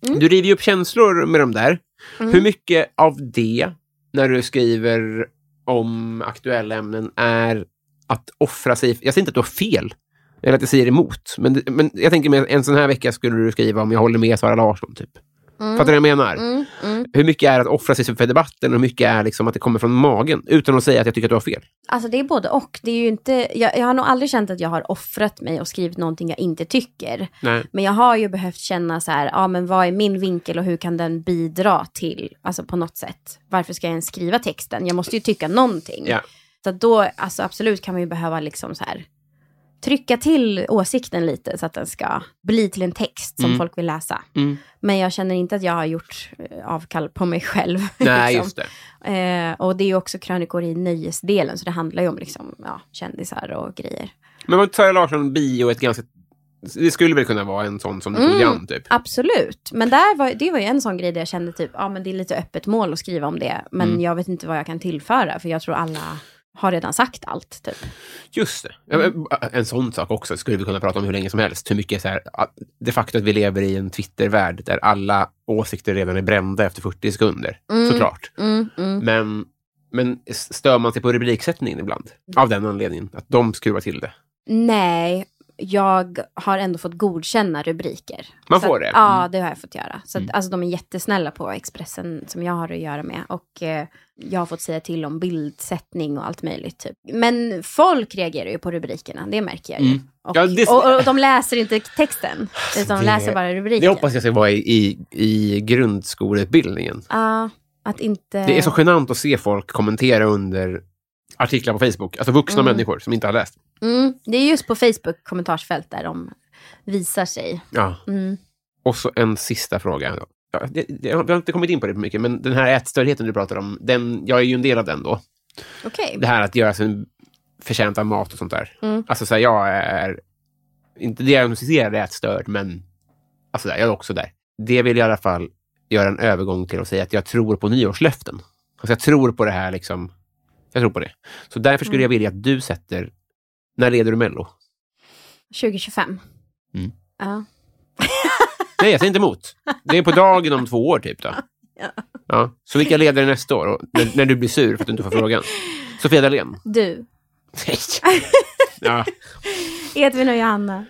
[SPEAKER 2] Du river ju upp känslor med de där. Hur mycket av det, när du skriver om aktuella ämnen, är att offra sig? Jag säger inte att du har fel, eller att jag säger emot. Men, men jag tänker mig att en sån här vecka skulle du skriva om jag håller med Sara Larsson, typ. Fattar du vad jag menar?
[SPEAKER 6] Mm, mm.
[SPEAKER 2] Hur mycket är att offra sig för debatten och hur mycket är liksom att det kommer från magen utan att säga att jag tycker att du har fel?
[SPEAKER 6] Alltså det är både och. Det är ju inte, jag, jag har nog aldrig känt att jag har offrat mig och skrivit någonting jag inte tycker.
[SPEAKER 2] Nej.
[SPEAKER 6] Men jag har ju behövt känna så här, ja men vad är min vinkel och hur kan den bidra till, alltså på något sätt. Varför ska jag ens skriva texten? Jag måste ju tycka någonting.
[SPEAKER 2] Ja.
[SPEAKER 6] Så att då, alltså absolut kan man ju behöva liksom så här trycka till åsikten lite så att den ska bli till en text som
[SPEAKER 2] Mm.
[SPEAKER 6] folk vill läsa.
[SPEAKER 2] Mm.
[SPEAKER 6] Men jag känner inte att jag har gjort eh, avkall på mig själv. <laughs>
[SPEAKER 2] Nej,
[SPEAKER 6] <laughs> liksom.
[SPEAKER 2] just det.
[SPEAKER 6] Eh, och det är ju också krönikor i nöjesdelen, så det handlar ju om liksom, ja, kändisar och grejer.
[SPEAKER 2] Men var inte Sara Larsson bio ett ganska... Det skulle väl kunna vara en sån som
[SPEAKER 5] Mm.
[SPEAKER 2] du tog dig an, typ?
[SPEAKER 6] Absolut, men där var, det var ju en sån grej där jag kände typ, ja men det är lite öppet mål att skriva om det, men
[SPEAKER 2] Mm.
[SPEAKER 6] jag vet inte vad jag kan tillföra, för jag tror alla har redan sagt allt. Typ.
[SPEAKER 2] Just det. Ja, men,
[SPEAKER 5] Mm.
[SPEAKER 2] äh, En sån sak också skulle vi kunna prata om hur länge som helst. Hur mycket så här, att- det faktum att vi lever i en Twitter-värld där
[SPEAKER 5] Mm.
[SPEAKER 6] Mm,
[SPEAKER 2] alla åsikter redan är brända efter 40 sekunder. Såklart. Men, Men stör man sig på rubriksättningen ibland? Av den anledningen, att de skruvar till det.
[SPEAKER 5] Nej, jag har ändå fått godkänna rubriker.
[SPEAKER 2] Man
[SPEAKER 5] så
[SPEAKER 2] får
[SPEAKER 5] att,
[SPEAKER 2] det?
[SPEAKER 5] Ja, det har jag fått göra. Så att,
[SPEAKER 2] Mm.
[SPEAKER 5] alltså, de är jättesnälla på Expressen som jag har att göra med. Och eh, jag har fått säga till om bildsättning och allt möjligt. Typ. Men folk reagerar ju på rubrikerna, det märker jag ju.
[SPEAKER 2] Mm.
[SPEAKER 5] Och,
[SPEAKER 2] Ja, det-
[SPEAKER 5] och, och de läser inte texten, utan de
[SPEAKER 2] Det-
[SPEAKER 5] läser bara
[SPEAKER 2] Det
[SPEAKER 5] rubriken.
[SPEAKER 2] hoppas jag ska vara i, i, i grundskoleutbildningen.
[SPEAKER 5] Ja, att inte...
[SPEAKER 2] Det är så genant att se folk kommentera under artiklar på Facebook. Alltså vuxna
[SPEAKER 5] Mm.
[SPEAKER 2] människor som inte har läst.
[SPEAKER 5] Mm, det är just på Facebook kommentarsfält där de visar sig.
[SPEAKER 2] Ja.
[SPEAKER 5] Mm.
[SPEAKER 2] Och så en sista fråga. Ja, det, det, vi har inte kommit in på det för mycket, men den här ätstörheten du pratar om, den, jag är ju en del av den då.
[SPEAKER 5] Okej.
[SPEAKER 2] Det här att göra sig förtjänt av mat och sånt där.
[SPEAKER 5] Mm.
[SPEAKER 2] Alltså så här, jag är inte diagnostiserad ätstörd, men alltså, där, jag är också där. Det vill jag i alla fall göra en övergång till och säga att jag tror på nyårslöften. Alltså jag tror på det här liksom. Jag tror på det. Så därför skulle
[SPEAKER 5] Mm.
[SPEAKER 2] jag vilja att du sätter, när leder du Mello?
[SPEAKER 5] 2025.
[SPEAKER 2] Mm.
[SPEAKER 5] Ja.
[SPEAKER 2] Nej, jag säger inte emot. Det är på dagen om två år
[SPEAKER 5] <laughs>
[SPEAKER 2] typ då. Ja. Så vilka leder det nästa år? Och När, när du blir sur för att du inte får frågan. Sofia Dalén?
[SPEAKER 5] Du,
[SPEAKER 2] Nej. <laughs>
[SPEAKER 5] <laughs>
[SPEAKER 2] Ja.
[SPEAKER 5] Edvin och Johanna.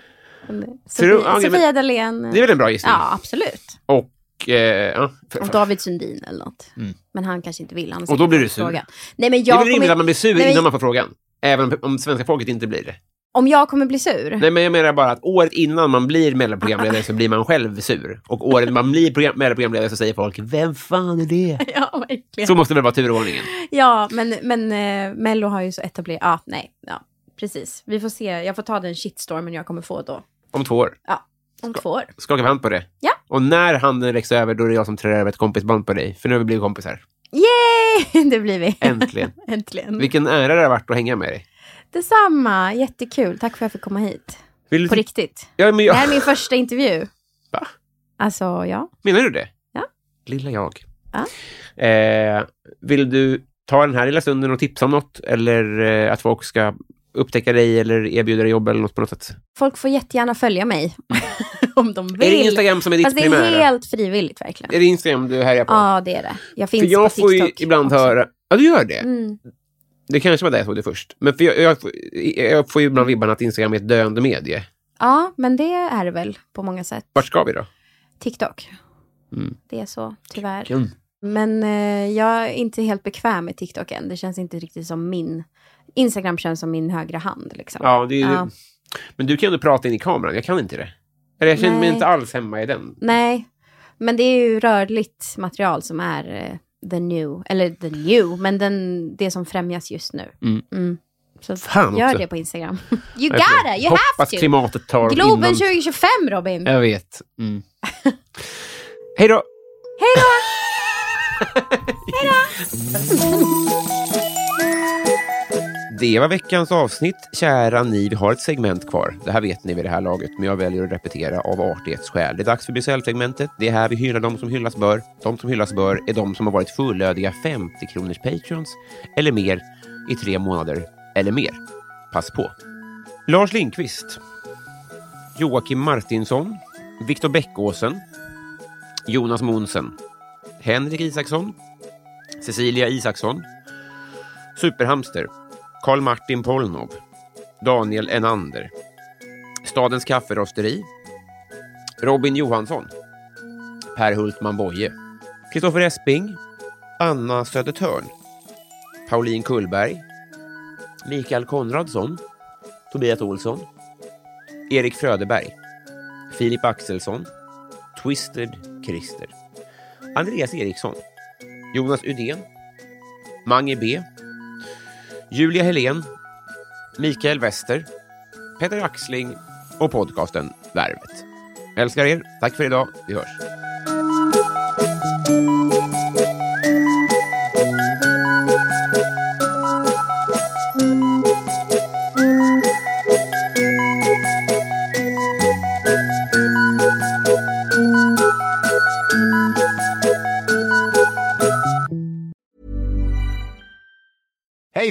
[SPEAKER 2] Tror du- ja,
[SPEAKER 5] Sofia,
[SPEAKER 2] okej,
[SPEAKER 5] Sofia
[SPEAKER 2] men-
[SPEAKER 5] Dalén.
[SPEAKER 2] Det är väl en bra gissning?
[SPEAKER 5] Ja, absolut.
[SPEAKER 2] Och, eh, ja, för,
[SPEAKER 5] Och
[SPEAKER 2] för,
[SPEAKER 5] David Sundin eller något.
[SPEAKER 2] Mm.
[SPEAKER 5] Men han kanske inte vill. Han har
[SPEAKER 2] Och då blir du
[SPEAKER 5] säkert
[SPEAKER 2] sur.
[SPEAKER 5] frågan. Nej, men
[SPEAKER 2] det
[SPEAKER 5] jag
[SPEAKER 2] är väl rimligt
[SPEAKER 5] kommer,
[SPEAKER 2] att man blir sur
[SPEAKER 5] Nej, men-
[SPEAKER 2] innan man får frågan? Även om- om svenska folket inte blir det.
[SPEAKER 5] Om jag kommer bli sur?
[SPEAKER 2] Nej, men jag menar bara att året innan man blir mellanprogramledare så blir man själv sur. Och året man blir program, mellanprogramledare så säger folk “Vem fan är det?”
[SPEAKER 5] <laughs> <laughs> Ja, verkligen.
[SPEAKER 2] Så måste det väl vara turordningen?
[SPEAKER 5] Ja, men, men eh, Mello har ju så etablerat... Ja, nej. Ja, precis. Vi får se. Jag får ta den shitstormen jag kommer få då.
[SPEAKER 2] Om två år.
[SPEAKER 5] Ja, om två år.
[SPEAKER 2] Skakar vi hand på det?
[SPEAKER 5] Ja.
[SPEAKER 2] Och när handen räcks över, då är det jag som trär över ett kompisband på dig. För nu har vi blivit kompisar.
[SPEAKER 5] Yay! <laughs> Det blir vi. <laughs>
[SPEAKER 2] Äntligen.
[SPEAKER 5] Äntligen.
[SPEAKER 2] Vilken ära det har varit att hänga med dig.
[SPEAKER 5] Detsamma. Jättekul. Tack för att jag fick komma hit.
[SPEAKER 2] Vill du-
[SPEAKER 5] På riktigt.
[SPEAKER 2] Ja, men
[SPEAKER 5] Det
[SPEAKER 2] jag...
[SPEAKER 5] här
[SPEAKER 2] <laughs>
[SPEAKER 5] är min första intervju.
[SPEAKER 2] Va?
[SPEAKER 5] Alltså, ja.
[SPEAKER 2] Menar du det?
[SPEAKER 5] Ja.
[SPEAKER 2] Lilla jag.
[SPEAKER 5] Ja.
[SPEAKER 2] Eh, vill du ta den här lilla stunden och tipsa om något? Eller eh, att folk ska upptäcka dig eller erbjuda dig jobb eller något på något sätt?
[SPEAKER 5] Folk får jättegärna följa mig. om de vill.
[SPEAKER 2] Är det Instagram som är ditt
[SPEAKER 5] Fast det är
[SPEAKER 2] primära?
[SPEAKER 5] helt frivilligt verkligen.
[SPEAKER 2] Är det Instagram du härjar på?
[SPEAKER 5] Ja, det är det. Jag finns
[SPEAKER 2] för jag
[SPEAKER 5] på
[SPEAKER 2] får
[SPEAKER 5] TikTok.
[SPEAKER 2] ju ibland
[SPEAKER 5] också.
[SPEAKER 2] höra... Ja, du gör det?
[SPEAKER 5] Mm.
[SPEAKER 2] Det kanske var där jag såg det först. Men för jag, jag, får- jag får ju
[SPEAKER 5] Mm.
[SPEAKER 2] ibland vibban att Instagram är ett döende medie.
[SPEAKER 5] Ja, men det är det väl på många sätt.
[SPEAKER 2] Vart ska vi då?
[SPEAKER 5] TikTok.
[SPEAKER 2] Mm.
[SPEAKER 5] Det är så, tyvärr. Men eh, jag är inte helt bekväm med TikTok än. Det känns inte riktigt som min... Instagram känns som min högra hand. Liksom.
[SPEAKER 2] Ja, det är ju...
[SPEAKER 5] Ja.
[SPEAKER 2] Men du kan ju ändå prata in i kameran. Jag kan inte det. Eller jag känner mig
[SPEAKER 5] Nej.
[SPEAKER 2] inte alls hemma i den.
[SPEAKER 5] Nej, men det är ju rörligt material som är eh, the new, eller the new, men den, det som främjas just nu.
[SPEAKER 2] Mm.
[SPEAKER 5] Så
[SPEAKER 2] Fan
[SPEAKER 5] gör
[SPEAKER 2] också.
[SPEAKER 5] det på Instagram. You gotta, you
[SPEAKER 2] Hoppas
[SPEAKER 5] have to!
[SPEAKER 2] klimatet tar oss
[SPEAKER 5] Globen
[SPEAKER 2] innan...
[SPEAKER 5] 2025, Robin!
[SPEAKER 2] Jag vet. Mm. <laughs> Hej då!
[SPEAKER 5] Hej
[SPEAKER 2] <laughs>
[SPEAKER 5] då!
[SPEAKER 2] Det var veckans avsnitt. Kära ni, vi har ett segment kvar. Det här vet ni vid det här laget, men jag väljer att repetera av artighetsskäl. Det är dags för Bysell-segmentet. Det är här vi hyllar de som hyllas bör. De som hyllas bör är de som har varit fullödiga 50-kronors patrons eller mer i tre månader eller mer. Pass på. Lars Lindqvist. Joakim Martinsson. Viktor Bäckåsen. Jonas Monsen. Henrik Isaksson. Cecilia Isaksson. Superhamster. Karl Martin Polnov, Daniel Enander, Stadens kafferosteri, Robin Johansson, Per Hultman Boye, Kristoffer Esping, Anna Södertörn, Pauline Kullberg, Mikael Konradsson, Tobias Olsson, Erik Fröderberg, Filip Axelsson, Twisted Christer, Andreas Eriksson, Jonas Udén, Mange B, Julia Helén, Mikael Wester, Peter Axling och podcasten Värvet. Älskar er. Tack för idag. Vi hörs.
[SPEAKER 9] Hey,